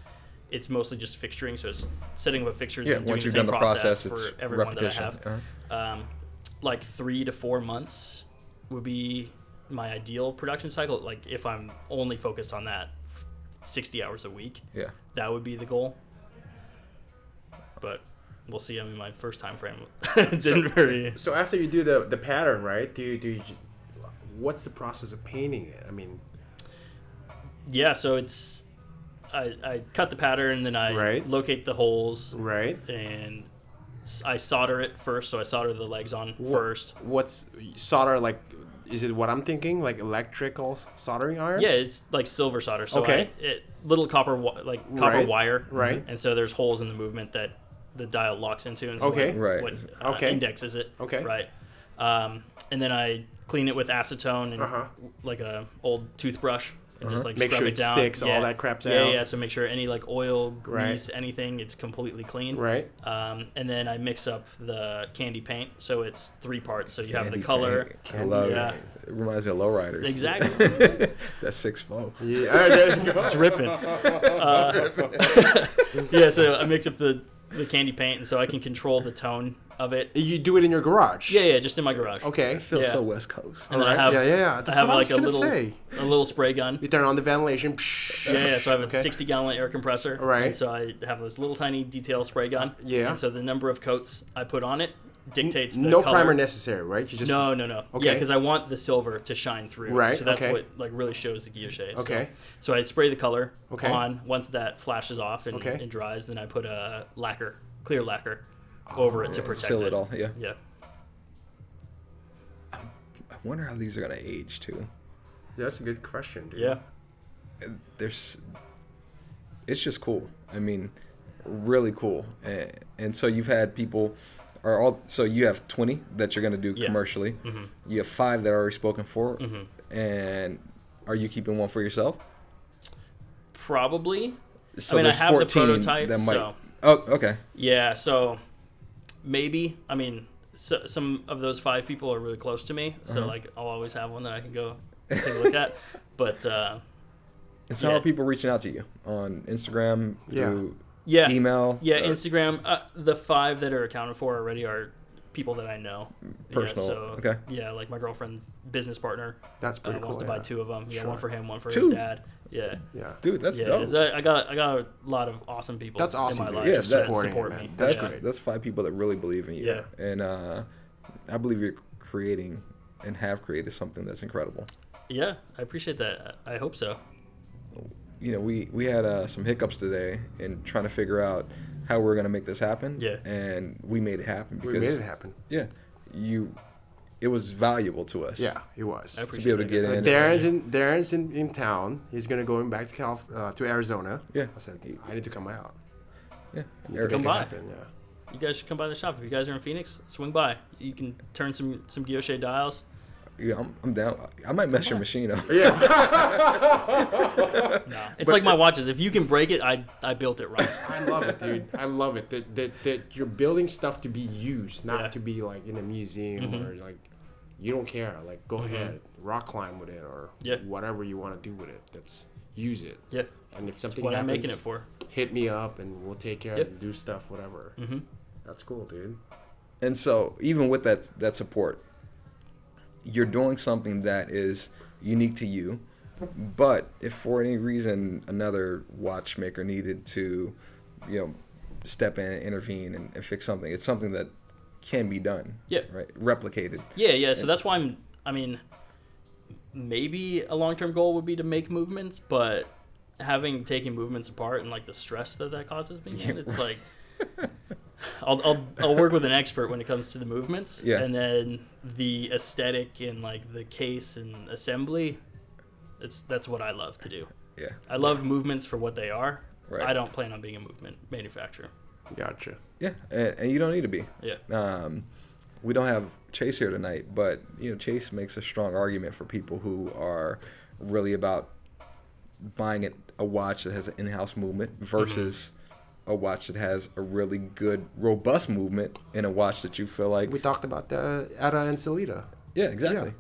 Speaker 4: it's mostly just fixturing. So it's setting up a fixture
Speaker 1: Yeah,
Speaker 4: and doing
Speaker 1: once
Speaker 4: the
Speaker 1: you've done
Speaker 4: same
Speaker 1: the
Speaker 4: process,
Speaker 1: process, it's
Speaker 4: for everyone
Speaker 1: repetition. Uh-huh.
Speaker 4: that I have. um, like three to four months would be my ideal production cycle. Like if I'm only focused on that, sixty hours a week,
Speaker 1: Yeah.
Speaker 4: that would be the goal. But we'll see. I mean, my first time frame didn't very.
Speaker 3: So after you do the the pattern, right? Do you do you, what's the process of painting it? I mean,
Speaker 4: Yeah, so it's I, I cut the pattern, then I
Speaker 3: Right.
Speaker 4: locate the holes,
Speaker 3: right?
Speaker 4: and s- I solder it first. So I solder the legs on first.
Speaker 3: What's solder like? Is it what I'm thinking? Like electrical soldering iron?
Speaker 4: Yeah, it's like silver solder. So
Speaker 3: Okay.
Speaker 4: I, it, little copper, wi- like copper
Speaker 3: Right,
Speaker 4: wire.
Speaker 3: right.
Speaker 4: And so there's holes in the movement that the dial locks into, and so
Speaker 3: Okay.
Speaker 4: what-
Speaker 1: Right.
Speaker 4: what uh,
Speaker 3: Okay.
Speaker 4: indexes it.
Speaker 3: Okay.
Speaker 4: Right. Um, and then I clean it with acetone and
Speaker 3: Uh-huh.
Speaker 4: like a old toothbrush. And just like
Speaker 3: Make
Speaker 4: scrub
Speaker 3: sure
Speaker 4: it
Speaker 3: it
Speaker 4: down.
Speaker 3: sticks, all that crap's
Speaker 4: yeah,
Speaker 3: out.
Speaker 4: Yeah, so make sure any like oil,
Speaker 3: Right.
Speaker 4: grease, anything, it's completely clean.
Speaker 3: Right.
Speaker 4: Um, and then I mix up the candy paint, so it's three parts. So you have the
Speaker 1: Candy
Speaker 4: color,
Speaker 1: paint. I
Speaker 3: Candy,
Speaker 1: love
Speaker 4: yeah.
Speaker 1: it. It reminds me of Lowriders.
Speaker 4: Exactly.
Speaker 1: That's six fold.
Speaker 3: Yeah. all right, there you go.
Speaker 4: dripping. Uh, yeah, so I mix up the, the candy paint, and so I can control the tone of it.
Speaker 3: You do it in your garage.
Speaker 4: Yeah, yeah, just in my garage.
Speaker 3: Okay.
Speaker 1: I feel
Speaker 4: Yeah.
Speaker 1: so West Coast.
Speaker 4: And then
Speaker 3: Alright,
Speaker 4: I have,
Speaker 3: yeah, yeah, yeah, that's
Speaker 4: I have
Speaker 3: what I
Speaker 4: like
Speaker 3: was
Speaker 4: a
Speaker 3: gonna
Speaker 4: little
Speaker 3: say.
Speaker 4: a little spray gun.
Speaker 3: You turn on the ventilation.
Speaker 4: Yeah, yeah. So I have a
Speaker 3: Okay.
Speaker 4: 60 gallon air compressor.
Speaker 3: Right.
Speaker 4: And so I have this little tiny detail spray gun.
Speaker 3: Yeah.
Speaker 4: And so the number of coats I put on it dictates the
Speaker 3: No
Speaker 4: color.
Speaker 3: primer necessary, right? You just
Speaker 4: No, no, no. Yeah,
Speaker 3: Okay.
Speaker 4: because I want the silver to shine through.
Speaker 3: Right,
Speaker 4: So that's
Speaker 3: okay.
Speaker 4: what like really shows the guilloche. So-
Speaker 3: Okay.
Speaker 4: So, I spray the color
Speaker 3: Okay.
Speaker 4: on. Once that flashes off and,
Speaker 3: Okay.
Speaker 4: and dries, then I put a lacquer, clear lacquer,
Speaker 3: Oh,
Speaker 4: over it to protect
Speaker 1: Seal it all. Yeah.
Speaker 4: Yeah.
Speaker 1: I wonder how these are gonna age too.
Speaker 3: That's a good question, dude.
Speaker 4: Yeah.
Speaker 1: There's, it's just cool. I mean, really cool. And, and so you've had people, are all so you have 20 that you're gonna do
Speaker 4: Yeah. Mm-hmm.
Speaker 1: commercially. You have five that are already spoken for, and are you keeping one for yourself?
Speaker 4: Probably.
Speaker 1: So
Speaker 4: mean, I have the prototype, so-
Speaker 1: Oh, okay.
Speaker 4: Yeah. So maybe. I mean, so, some of those five people are really close to me,
Speaker 1: Mm-hmm.
Speaker 4: so like I'll always have one that I can go take a look at. But uh,
Speaker 1: And so how
Speaker 4: Yeah.
Speaker 1: are people reaching out to you on Instagram
Speaker 3: Yeah.
Speaker 1: through
Speaker 4: yeah,
Speaker 1: email?
Speaker 4: Yeah,
Speaker 1: or-
Speaker 4: Instagram. Uh, the five that are accounted for already are people that I know.
Speaker 1: Mm, Personal,
Speaker 4: Yeah,
Speaker 1: okay.
Speaker 4: Yeah, like my girlfriend's business partner
Speaker 3: That's
Speaker 4: uh,
Speaker 3: pretty cool.
Speaker 4: wants to buy
Speaker 3: yeah.
Speaker 4: two of them. Yeah,
Speaker 3: Sure.
Speaker 4: one for him, one for
Speaker 1: Two?
Speaker 4: his dad. Yeah.
Speaker 3: Yeah.
Speaker 1: Dude, that's
Speaker 4: yeah,
Speaker 1: dope.
Speaker 4: it's- I, I got I got a lot of awesome people.
Speaker 3: That's awesome,
Speaker 4: In
Speaker 3: dude.
Speaker 4: my life
Speaker 1: Yeah,
Speaker 4: that
Speaker 1: that's-
Speaker 4: support
Speaker 3: supporting it,
Speaker 4: me.
Speaker 3: man.
Speaker 1: That's
Speaker 4: yeah.
Speaker 3: That's great.
Speaker 1: that's five people that really believe in you.
Speaker 4: Yeah.
Speaker 1: And uh, I believe you're creating and have created something that's incredible.
Speaker 4: Yeah, I appreciate that. I I hope so.
Speaker 1: You know, we we had uh, some hiccups today in trying to figure out how we are going to make this happen.
Speaker 4: Yeah.
Speaker 1: And we made it happen because
Speaker 3: We made it happen.
Speaker 1: yeah, you it was valuable to us.
Speaker 3: Yeah, it was.
Speaker 4: I
Speaker 1: To
Speaker 4: appreciate
Speaker 1: be able to get in.
Speaker 4: that.
Speaker 3: Darren's in Darren's in, in town. He's gonna go back to Calif- uh, to Arizona.
Speaker 1: Yeah.
Speaker 3: I said I need to come out.
Speaker 1: Yeah.
Speaker 3: You
Speaker 1: Eric-
Speaker 4: come
Speaker 3: make it
Speaker 4: by.
Speaker 3: happen, yeah.
Speaker 4: You guys should come by the shop if you guys are in Phoenix. Swing by. You can turn some some guilloche dials.
Speaker 1: yeah, I'm, I'm down. I might mess your machine up.
Speaker 3: Yeah,
Speaker 4: No, it's like my watches. If you can break it, I I built it right.
Speaker 3: I love it, dude. I love it that that, that you're building stuff to be used, not
Speaker 4: Yeah. Mm-hmm.
Speaker 3: to be like in a museum or like you don't care. Like go ahead, rock climb with it or
Speaker 4: Yeah.
Speaker 3: whatever you want to do with it. That's use it.
Speaker 4: yeah.
Speaker 3: And if something
Speaker 4: What I'm
Speaker 3: happens,
Speaker 4: making it for.
Speaker 3: hit me up and we'll take care
Speaker 4: Yeah.
Speaker 3: of it and do stuff, whatever. Mm-hmm. That's cool, dude.
Speaker 1: And so even with that that support, you're doing something that is unique to you. But if for any reason another watchmaker needed to, you know, step in and intervene and, and fix something, it's something that can be done.
Speaker 4: Yeah.
Speaker 1: Right. Replicated.
Speaker 4: Yeah, yeah. So that's why I'm. I mean, maybe a long term goal would be to make movements, but having taken movements apart and like the stress that that causes me, man, it's like I'll, I'll I'll work with an expert when it comes to the movements,
Speaker 1: Yeah.
Speaker 4: and then the aesthetic and like the case and assembly. It's that's what I love to do.
Speaker 1: Yeah.
Speaker 4: I love movements for what they are.
Speaker 1: Right.
Speaker 4: I don't plan on being a movement manufacturer.
Speaker 3: Gotcha.
Speaker 1: Yeah. And, and you don't need to be.
Speaker 4: Yeah.
Speaker 1: Um, we don't have Chase here tonight, but you know Chase makes a strong argument for people who are really about buying a, a watch that has an in-house movement versus a watch that has a really good, robust movement and a watch that you feel like,
Speaker 5: We talked about the Era and Salida.
Speaker 1: yeah, exactly.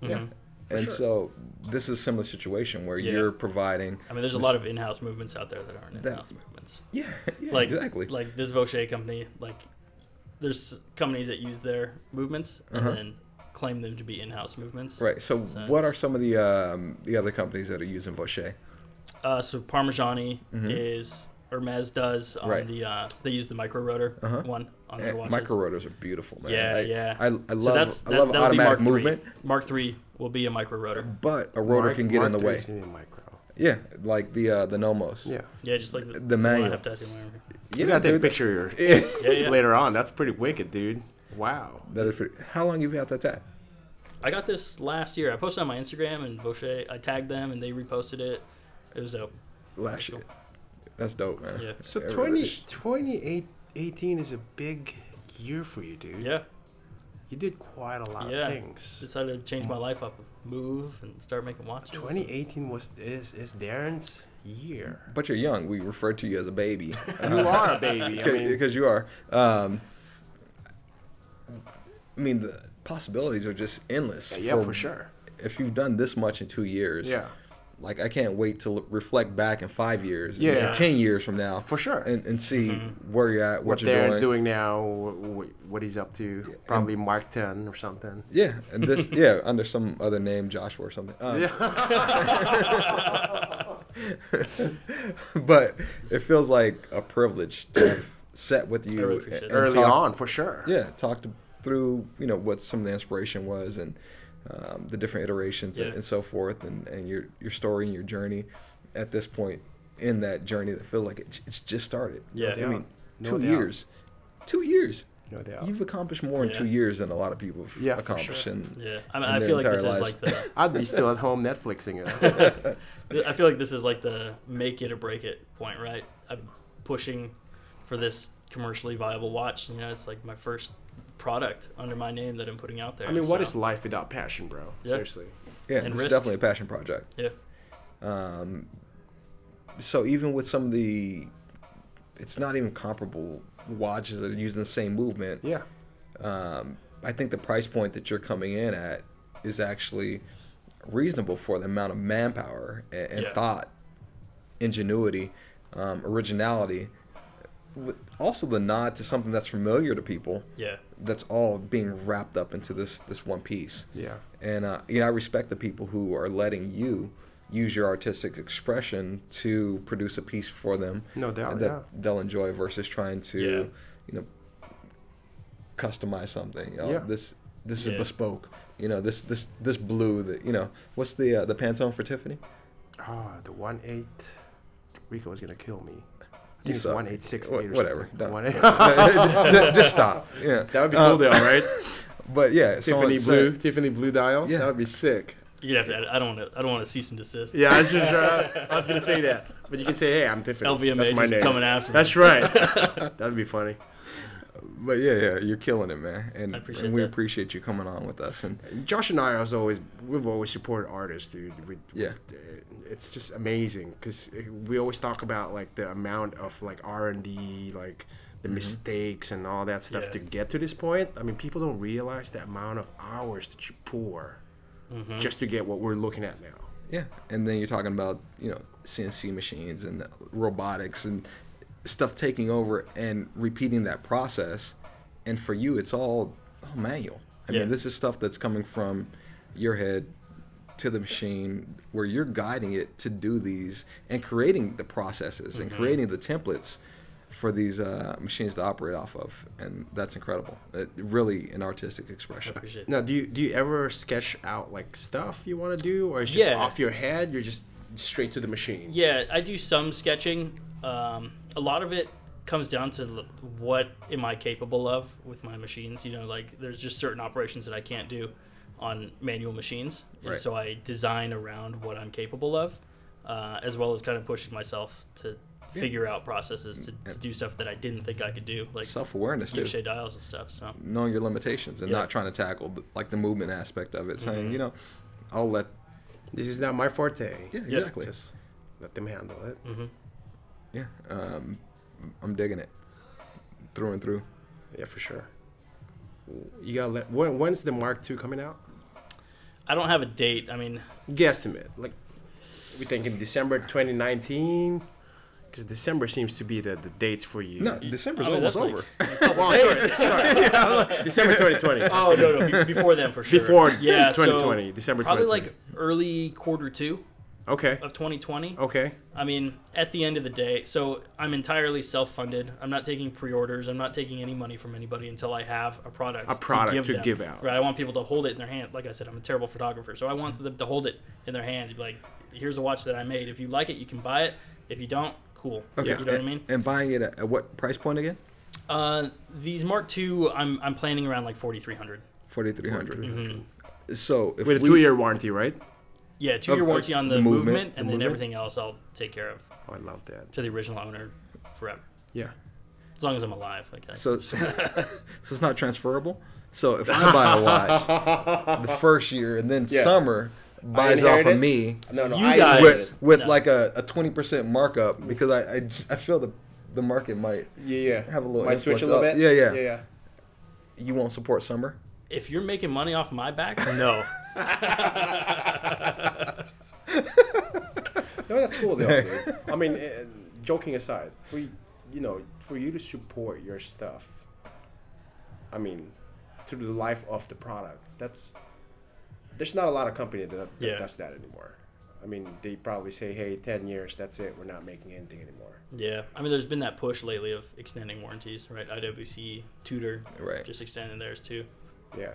Speaker 5: Yeah.
Speaker 1: And so this is a similar situation where
Speaker 4: Mm-hmm. Yeah.
Speaker 1: you're providing,
Speaker 4: I mean, there's a lot of in-house movements out there that aren't
Speaker 1: That-
Speaker 4: in-house movements.
Speaker 1: yeah, yeah,
Speaker 4: like
Speaker 1: exactly,
Speaker 4: like this Vaucher company like there's companies that use their movements and then claim them to be in-house movements
Speaker 1: Uh-huh. right. So,
Speaker 4: So
Speaker 1: what
Speaker 4: it's-
Speaker 1: are some of the um, the other companies that are using Vaucher?
Speaker 4: uh, so Parmigiani is Hermes does on
Speaker 1: Mm-hmm. Right.
Speaker 4: the uh, they use the micro rotor
Speaker 1: Uh-huh.
Speaker 4: one on
Speaker 1: Eh,
Speaker 4: their watches
Speaker 1: Micro rotors are beautiful, man.
Speaker 4: yeah
Speaker 1: I,
Speaker 4: yeah
Speaker 1: I, I love
Speaker 4: so that's
Speaker 1: I love
Speaker 4: that, that'll be
Speaker 1: automatic
Speaker 4: Mark III.
Speaker 1: movement,
Speaker 4: Mark three will be a micro rotor
Speaker 1: but a rotor
Speaker 5: Mark-
Speaker 1: can get in the
Speaker 5: Mark
Speaker 1: way.
Speaker 5: III's gonna be micro.
Speaker 1: Yeah, like the uh, the Nomos.
Speaker 5: Yeah.
Speaker 4: yeah just like the,
Speaker 1: The
Speaker 4: one I
Speaker 1: manual.
Speaker 4: have to have in my room.
Speaker 1: yeah,
Speaker 3: You got that
Speaker 1: dude,
Speaker 3: picture of your-
Speaker 4: yeah yeah
Speaker 3: later on. That's pretty wicked, dude. Wow.
Speaker 1: that is pretty. How long have you had that tat?
Speaker 4: I got this last year I posted on my Instagram and Vaucher I tagged them and they reposted it it was dope
Speaker 1: Last year. That's dope, man.
Speaker 4: yeah
Speaker 5: So
Speaker 1: It
Speaker 5: 20,
Speaker 1: really is.
Speaker 5: 2018 is a big year for you, dude.
Speaker 4: yeah
Speaker 5: You did quite a lot
Speaker 4: Yeah.
Speaker 5: of things.
Speaker 4: decided to change my life up, move, and start making watches.
Speaker 5: 2018 was is is Darren's year.
Speaker 1: But you're young. We refer to you as a baby
Speaker 3: You are a baby. I mean,
Speaker 1: because you are. Um, I mean, the possibilities are just endless.
Speaker 5: Yeah, for sure.
Speaker 1: If you've done this much in two years,
Speaker 5: Yeah.
Speaker 1: Like I can't wait to l- reflect back in five years, and
Speaker 5: Yeah.
Speaker 1: ten years from now,
Speaker 5: For sure. Mm-hmm.
Speaker 1: and, and see where you're at, what,
Speaker 5: What
Speaker 1: you're
Speaker 5: Darren's
Speaker 1: doing.
Speaker 5: doing now, wh- what he's up to, probably Mark 10 or something.
Speaker 1: Yeah, and this yeah under some other name, Joshua or something. Um, but it feels like a privilege to have set with you
Speaker 4: I really appreciate
Speaker 1: and
Speaker 4: it.
Speaker 5: Early
Speaker 1: talk-
Speaker 5: on, for sure.
Speaker 1: Yeah, talked through you know what some of the inspiration was and um, the different iterations and,
Speaker 4: Yeah.
Speaker 1: and so forth, and, and your your story and your journey at this point in that journey that feels like it, it's just started.
Speaker 4: Yeah.
Speaker 1: I mean,
Speaker 5: No
Speaker 1: two
Speaker 5: doubt.
Speaker 1: years, two years.
Speaker 5: No doubt.
Speaker 1: You've accomplished more in
Speaker 4: Yeah.
Speaker 1: two years than a lot of people have
Speaker 5: Yeah, for
Speaker 1: accomplished.
Speaker 5: sure.
Speaker 1: in-
Speaker 4: Yeah, I mean,
Speaker 1: in
Speaker 4: I
Speaker 1: their
Speaker 4: feel like
Speaker 1: entire
Speaker 4: this
Speaker 1: lives.
Speaker 4: is like the.
Speaker 5: I'd be still at home Netflixing us.
Speaker 4: I feel like this is like the make it or break it point, right? I'm pushing for this commercially viable watch. You know, it's like my first product under my name that I'm putting out there.
Speaker 3: I mean, what
Speaker 4: so-
Speaker 3: is life without passion, bro?
Speaker 4: Yeah.
Speaker 3: Seriously.
Speaker 1: Yeah,
Speaker 4: and
Speaker 1: it's
Speaker 4: risk.
Speaker 1: definitely a passion project.
Speaker 4: Yeah,
Speaker 1: Um, so even with some of the, it's not even comparable watches that are using the same movement.
Speaker 5: yeah.
Speaker 1: Um, I think the price point that you're coming in at is actually reasonable for the amount of manpower and, and
Speaker 4: Yeah.
Speaker 1: thought, ingenuity, um, originality. With also the nod to something that's familiar to people.
Speaker 4: yeah,
Speaker 1: That's all being wrapped up into this this one piece.
Speaker 5: Yeah.
Speaker 1: And uh, you know, I respect the people who are letting you use your artistic expression to produce a piece for them
Speaker 5: No doubt,
Speaker 1: that
Speaker 5: yeah.
Speaker 1: they'll enjoy versus trying to,
Speaker 4: Yeah.
Speaker 1: you know, customize something. You know,
Speaker 5: Yeah.
Speaker 1: This this
Speaker 4: Yeah.
Speaker 1: is bespoke. You know, this this this blue that you know. What's the uh, the Pantone for Tiffany?
Speaker 5: Oh, the 1 8. Rico is going to kill me. I
Speaker 1: You
Speaker 5: think it's
Speaker 1: suck.
Speaker 5: 1868
Speaker 1: Wha-
Speaker 5: or
Speaker 1: whatever.
Speaker 5: something.
Speaker 1: Don't-
Speaker 5: 1-8.
Speaker 1: just, just stop. Yeah.
Speaker 3: That would be
Speaker 1: Uh,
Speaker 3: cool, though, right?
Speaker 1: But yeah, uh, someone
Speaker 3: Tiffany
Speaker 1: said-
Speaker 3: Blue, Tiffany Blue dial.
Speaker 1: Yeah.
Speaker 3: That would be sick.
Speaker 4: you'd have to. edit- I don't want to. I don't want to cease and desist.
Speaker 3: Yeah, I was, just, uh, I was gonna say that, but you can say, "Hey, I'm Tiffany." That's
Speaker 4: LVMH
Speaker 3: my
Speaker 4: is
Speaker 3: name.
Speaker 4: coming after me.
Speaker 3: That's right. That'd be funny.
Speaker 1: But yeah, yeah, you're killing it, man. And,
Speaker 4: I appreciate
Speaker 1: and we
Speaker 4: that.
Speaker 1: appreciate you coming on with us. And
Speaker 3: Josh and I, as always, we've always supported artists, dude. We, uh,
Speaker 1: Yeah.
Speaker 3: it's just amazing because we always talk about like the amount of like R and D, like the
Speaker 1: Mm-hmm.
Speaker 3: mistakes and all that stuff
Speaker 4: Yeah.
Speaker 3: to get to this point. I mean, people don't realize the amount of hours that you pour
Speaker 4: Mm-hmm.
Speaker 3: just to get what we're looking at now.
Speaker 1: Yeah, and then you're talking about you know CNC machines and robotics and stuff taking over and repeating that process, and for you it's all, all oh, manual. I I
Speaker 4: Yeah.
Speaker 1: mean, this is stuff that's coming from your head to the machine where you're guiding it to do these and creating the processes and
Speaker 4: Mm-hmm.
Speaker 1: creating the templates for these uh, machines to operate off of. And that's incredible. It, really an artistic
Speaker 4: I
Speaker 1: expression.
Speaker 4: appreciate that.
Speaker 3: Now, do you do you ever sketch out like stuff you want to do, or it's just
Speaker 4: Yeah.
Speaker 3: off your head? You're just straight to the machine.
Speaker 4: Yeah, I do some sketching. Um, a lot of it comes down to l- what am I capable of with my machines. You know, like there's just certain operations that I can't do on manual machines, and
Speaker 1: Right.
Speaker 4: so I design around what I'm capable of, uh, as well as kind of pushing myself to figure out processes to, to do stuff that I didn't think I could do, like
Speaker 1: Self awareness, too.
Speaker 4: cliche dials and stuff. So
Speaker 1: knowing your limitations and
Speaker 4: Yeah. Mm-hmm.
Speaker 1: not trying to tackle the, like the movement aspect of it, saying, you know, I'll let
Speaker 3: This is not my forte.
Speaker 1: yeah,
Speaker 4: Yeah.
Speaker 1: exactly,
Speaker 3: Just let them handle it.
Speaker 1: yeah. Um, I'm digging it through and through.
Speaker 3: Yeah, for sure. You gotta let. When, when's the Mark II coming out?
Speaker 4: I don't have a date. I mean,
Speaker 3: Guesstimate. Like, we thinking December 2019, because December seems to be the, the dates for you.
Speaker 1: No, December's
Speaker 4: I mean,
Speaker 1: almost
Speaker 4: that's like-
Speaker 1: over.
Speaker 3: Well, sorry, sorry. December 2020.
Speaker 4: Oh no, no, be- before then for sure.
Speaker 3: Before
Speaker 4: yeah, so
Speaker 3: 2020, December
Speaker 4: Probably
Speaker 3: 2020.
Speaker 4: like early quarter two
Speaker 3: Okay.
Speaker 4: of 2020.
Speaker 3: Okay.
Speaker 4: I mean, at the end of the day, so I'm entirely self-funded. I'm not taking pre-orders. I'm not taking any money from anybody until I have a product.
Speaker 3: A product to
Speaker 4: them.
Speaker 3: give out.
Speaker 4: Right. I want people to hold it in their hand. Like I said, I'm a terrible photographer, so I want them to hold it in their hands. and Be like, here's a watch that I made. If you like it, you can buy it. If you don't, cool.
Speaker 1: Okay.
Speaker 4: You know what I
Speaker 1: and-
Speaker 4: mean?
Speaker 1: And buying it at, at what price point again?
Speaker 4: Uh, these Mark II, I'm I'm planning around like 4,300.
Speaker 1: Forty three hundred. So if
Speaker 3: With Mm-hmm.
Speaker 1: we,
Speaker 3: a two-year warranty, right?
Speaker 4: Yeah, two year
Speaker 1: Of-
Speaker 4: warranty
Speaker 1: of
Speaker 4: on the,
Speaker 1: the
Speaker 4: movement,
Speaker 1: movement,
Speaker 4: and
Speaker 1: the
Speaker 4: then
Speaker 1: movement?
Speaker 4: everything else I'll take care of
Speaker 3: Oh, I love that.
Speaker 4: to the original owner forever,
Speaker 3: Yeah.
Speaker 4: as long as I'm alive. Like I,
Speaker 1: so so it's not transferable. So if I buy a watch the first year and then
Speaker 3: Yeah.
Speaker 1: summer buys off
Speaker 3: inherit
Speaker 1: of
Speaker 3: it?
Speaker 1: me
Speaker 3: No, no.
Speaker 4: You I guys- inherited
Speaker 1: with,
Speaker 4: it.
Speaker 1: with
Speaker 4: No.
Speaker 1: like a a twenty percent markup because I, I j- I feel the the market might
Speaker 3: Yeah, yeah.
Speaker 1: Have a little
Speaker 3: Might switch a
Speaker 1: influence
Speaker 3: little
Speaker 1: up.
Speaker 3: bit.
Speaker 1: Yeah, yeah.
Speaker 3: Yeah, yeah.
Speaker 1: you won't support summer.
Speaker 4: if you're making money off my back, no.
Speaker 3: No, that's cool though. dude. I mean, uh, joking aside, for y- you know, for you to support your stuff, I mean, through the life of the product, that's there's not a lot of company that, that
Speaker 4: Yeah.
Speaker 3: does that anymore. I mean, they probably say, "Hey, ten years, that's it. We're not making anything anymore."
Speaker 4: yeah, I mean, there's been that push lately of extending warranties, right? IWC, Tudor,
Speaker 1: Right.
Speaker 4: just extending theirs too.
Speaker 3: Yeah,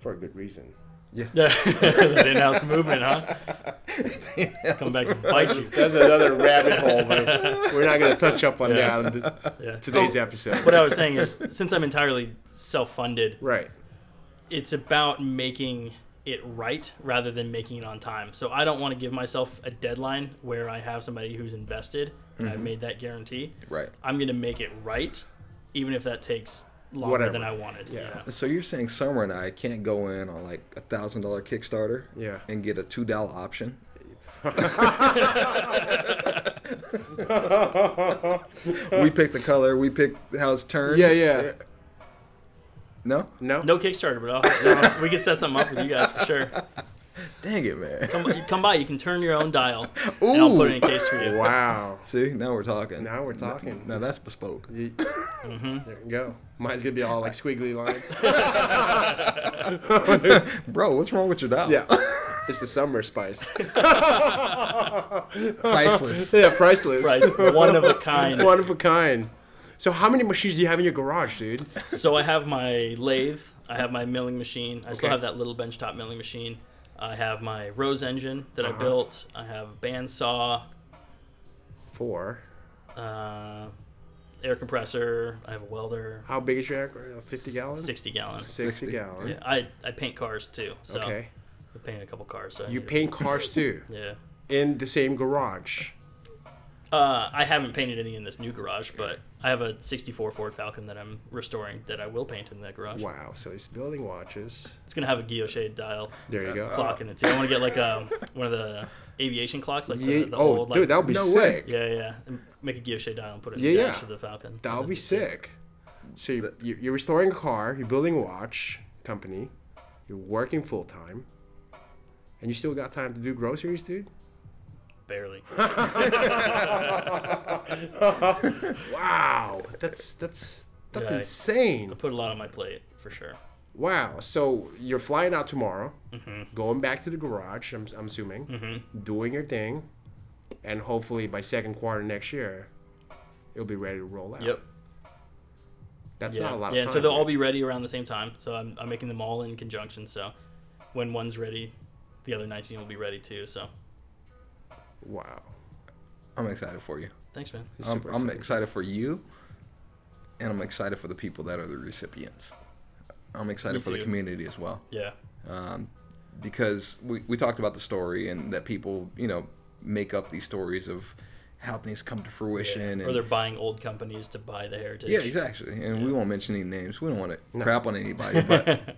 Speaker 3: for a good reason.
Speaker 4: that in-house movement, huh? Come back and bite you.
Speaker 3: That's another rabbit hole, but we're not gonna touch up on
Speaker 4: Yeah.
Speaker 3: that on the,
Speaker 4: Yeah.
Speaker 3: today's
Speaker 4: Oh,
Speaker 3: episode.
Speaker 4: What I was saying is, since I'm entirely self-funded,
Speaker 3: right.
Speaker 4: it's about making it right rather than making it on time. So I don't want to give myself a deadline where I have somebody who's invested and
Speaker 3: Mm-hmm.
Speaker 4: I've made that guarantee.
Speaker 1: Right.
Speaker 4: I'm going to make it right, even if that takes longer
Speaker 3: Whatever.
Speaker 4: than I wanted. Yeah.
Speaker 1: So you're saying Summer and I can't go in on like a thousand dollar Kickstarter
Speaker 3: Yeah.
Speaker 1: and get a two dollar option? we pick the color, we pick how it's turned.
Speaker 3: Yeah, yeah.
Speaker 1: No?
Speaker 3: No.
Speaker 4: No Kickstarter, but I'll, we can set something up with you guys for sure.
Speaker 1: Dang it, man.
Speaker 4: Come, you come by, you can turn your own dial, and I'll put it in a case for you.
Speaker 3: Wow.
Speaker 1: See, now we're talking.
Speaker 3: Now we're talking.
Speaker 1: Now that's bespoke.
Speaker 3: You- There you go. Mine's gonna be all like squiggly lines.
Speaker 1: Bro, what's wrong with your dial?
Speaker 3: yeah, it's the summer spice.
Speaker 1: Priceless.
Speaker 3: yeah, priceless.
Speaker 4: Right, one of a kind.
Speaker 3: One of a kind. So how many machines do you have in your garage, dude?
Speaker 4: So I have my lathe, I have my milling machine. I still
Speaker 3: Okay.
Speaker 4: have that little benchtop milling machine. I have my Rose engine that
Speaker 3: Uh-huh.
Speaker 4: I built. I have a bandsaw,
Speaker 3: Four.
Speaker 4: uh, air compressor. I have a welder,
Speaker 3: How big is your air? Fifty gallon.
Speaker 4: sixty gallon.
Speaker 3: Sixty gallon.
Speaker 4: Yeah, I I paint cars too. So
Speaker 3: Okay.
Speaker 4: I paint a couple cars. So I
Speaker 3: You
Speaker 4: need-
Speaker 3: paint cars too
Speaker 4: Yeah.
Speaker 3: in the same garage.
Speaker 4: Uh, I haven't painted any in this new garage, but I have a '64 Ford Falcon that I'm restoring that I will paint in that garage.
Speaker 3: Wow. So he's building watches.
Speaker 4: It's gonna have a guilloche dial
Speaker 3: There you go.
Speaker 4: clock in it too. I want to get like um one of the aviation clocks, like
Speaker 3: Yeah.
Speaker 4: the, the
Speaker 3: oh,
Speaker 4: old, like,
Speaker 3: dude, that would be
Speaker 1: No
Speaker 3: sick.
Speaker 4: Yeah, yeah. And Make a guilloche dial and put it in
Speaker 3: Yeah,
Speaker 4: the
Speaker 3: yeah.
Speaker 4: dash of the Falcon.
Speaker 3: That would
Speaker 4: That'd
Speaker 3: be sick.
Speaker 4: sick.
Speaker 3: So you, you- you're restoring a car, you're building a watch company, you're working full time, and you still got time to do groceries, dude?
Speaker 4: Barely.
Speaker 3: Wow, that's that's that's
Speaker 4: Yeah.
Speaker 3: insane.
Speaker 4: Put a lot on my plate for sure.
Speaker 3: Wow. So you're flying out tomorrow,
Speaker 4: Mm-hmm.
Speaker 3: going back to the garage. I'm, I'm assuming, doing your thing, and hopefully by second quarter next year, it'll be ready to roll out.
Speaker 4: Yep.
Speaker 3: That's
Speaker 4: yeah.
Speaker 3: not a lot
Speaker 4: yeah,
Speaker 3: of
Speaker 4: and
Speaker 3: time.
Speaker 4: so they'll all be ready around the same time. So I'm, I'm making them all in conjunction. So when one's ready, the other 19 will be ready too. So
Speaker 3: Wow.
Speaker 1: I'm excited for you.
Speaker 4: thanks, man.
Speaker 3: It's
Speaker 1: I'm,
Speaker 3: super
Speaker 1: I'm
Speaker 3: exciting.
Speaker 1: excited for you, and I'm excited for the people that are the recipients. I'm excited
Speaker 4: Me
Speaker 1: for the
Speaker 4: too.
Speaker 1: community as well.
Speaker 4: Yeah.
Speaker 1: um, because we, we talked about the story and that people you know make up these stories of how things come to fruition and
Speaker 4: Or they're buying old companies to buy the heritage.
Speaker 1: yeah exactly and we won't mention any names we don't want to
Speaker 3: No.
Speaker 1: crap on anybody but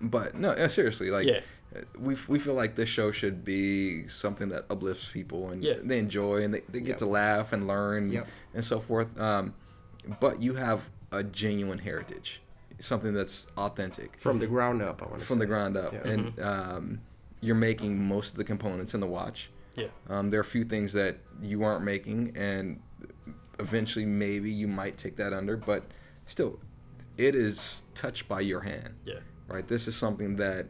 Speaker 1: but no yeah, seriously like
Speaker 4: Yeah.
Speaker 1: we, we feel like this show should be something that uplifts people and
Speaker 4: Yeah.
Speaker 1: they enjoy and they, they get
Speaker 3: Yep.
Speaker 1: to laugh and learn
Speaker 3: Yep.
Speaker 1: and so forth um, but you have a genuine heritage something that's authentic
Speaker 3: From the ground up, I want to
Speaker 1: from the ground up,
Speaker 3: Yeah.
Speaker 1: and um, you're making most of the components in the watch.
Speaker 4: Yeah.
Speaker 1: Um, there are a few things that you aren't making, and eventually, maybe you might take that under, but still, it is touched by your hand,
Speaker 4: Yeah.
Speaker 1: right? This is something that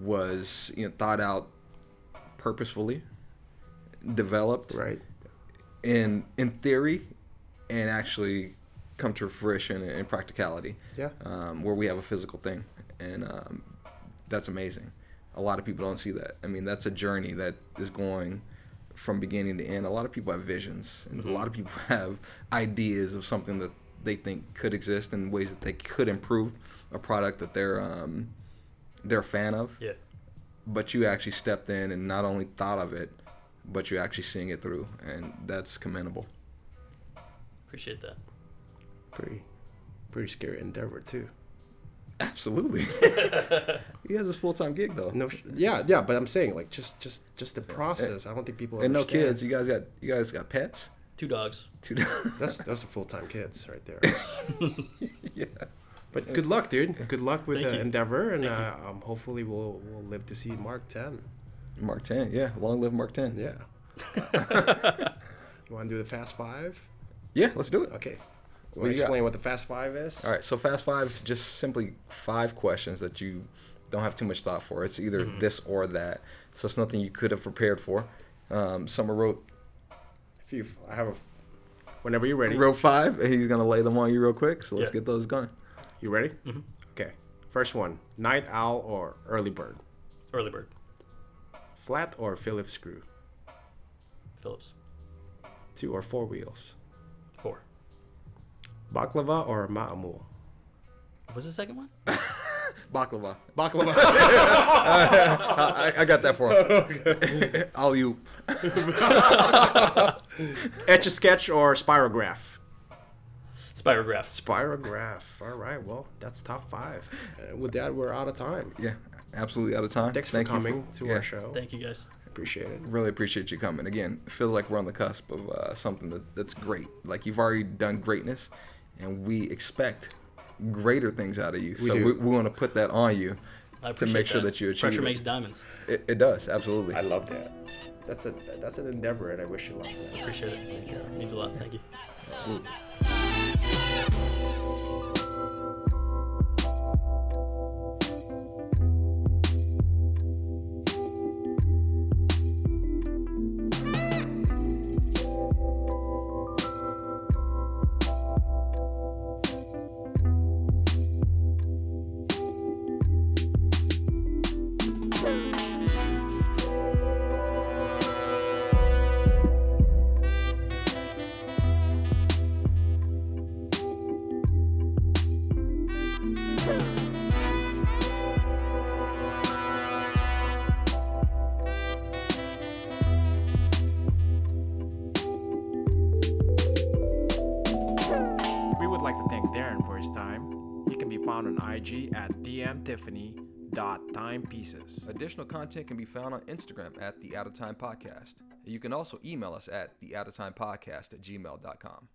Speaker 1: was you know thought out purposefully, developed
Speaker 3: Right.
Speaker 1: in in theory, and actually come to fruition in practicality
Speaker 3: Yeah.
Speaker 1: um, where we have a physical thing, and um, that's amazing. A lot of people don't see that. I mean, that's a journey that is going from beginning to end. A lot of people have visions, and a lot of people have ideas of something that they think could exist and ways that they could improve a product that they're um, they're a fan of.
Speaker 4: Yeah.
Speaker 1: But you actually stepped in and not only thought of it, but you're actually seeing it through, and that's commendable.
Speaker 4: Appreciate that.
Speaker 3: Pretty, pretty scary endeavor too.
Speaker 1: Absolutely. he has his full time gig though.
Speaker 3: No. sh- Yeah. Yeah. But I'm saying like just, just, just the process. I don't think people.
Speaker 1: And no
Speaker 3: understand.
Speaker 1: kids. You guys got you guys got pets.
Speaker 4: Two dogs.
Speaker 1: Two
Speaker 3: That's that's a full time kids right there.
Speaker 1: yeah.
Speaker 3: But good luck, dude. Good luck with
Speaker 4: Thank
Speaker 3: the
Speaker 4: you.
Speaker 3: endeavor, and uh, um, hopefully we'll we'll live to see Mark Ten.
Speaker 1: Mark Ten. Yeah. Long live Mark Ten.
Speaker 3: Yeah. you want to do the Fast Five?
Speaker 1: Yeah. Let's do it.
Speaker 3: Okay.
Speaker 1: What do
Speaker 3: Want to
Speaker 1: you got?
Speaker 3: explain what the Fast Five is?
Speaker 1: All right. So fast five, just simply five questions that you don't have too much thought for. It's either this or that. So it's nothing you could have prepared for. Um, Summer wrote
Speaker 3: If you, I have a. Whenever you're ready.
Speaker 1: wrote five, and he's gonna lay them on you real quick. So let's
Speaker 4: Yeah.
Speaker 1: get those going.
Speaker 3: You ready? Mm-hmm. Okay. First one: night owl or early bird?
Speaker 4: Early bird.
Speaker 3: Flat or Phillips screw?
Speaker 4: Phillips.
Speaker 3: Two or four wheels?
Speaker 4: Four.
Speaker 3: Baklava or ma'amul?
Speaker 4: What's the second one?
Speaker 1: Baklava.
Speaker 3: Baklava.
Speaker 1: I, I got that for him. All you.
Speaker 3: Etch a sketch or spirograph?
Speaker 4: Spirograph.
Speaker 3: Spirograph. All right. Well, that's top five. Uh, with that, we're out of time.
Speaker 1: Yeah. Absolutely out of time.
Speaker 3: Thanks
Speaker 1: Thank
Speaker 3: for
Speaker 1: you
Speaker 3: coming to
Speaker 1: yeah.
Speaker 3: our show.
Speaker 4: Thank you guys.
Speaker 3: Appreciate it.
Speaker 1: really appreciate you coming. Again, it feels like we're on the cusp of uh, something that, that's great. Like you've already done greatness, and we expect greater things out of you. so
Speaker 3: do.
Speaker 1: we, we want to put that on you
Speaker 4: I
Speaker 1: to
Speaker 4: appreciate
Speaker 1: make sure that you achieve
Speaker 4: Pressure
Speaker 1: it.
Speaker 4: makes diamonds.
Speaker 1: it. It does absolutely.
Speaker 3: I love that. That's a that's an endeavor, and I wish you luck. with that.
Speaker 4: Appreciate it. Thank you. Means a lot. Thank you.
Speaker 5: We would like to thank Darren for his time. He can be found on IG at dmtiffany.timepieces.
Speaker 1: Additional content can be found on Instagram at the Out of Time Podcast. You can also email us at the Out of Time Podcast at gmail.com.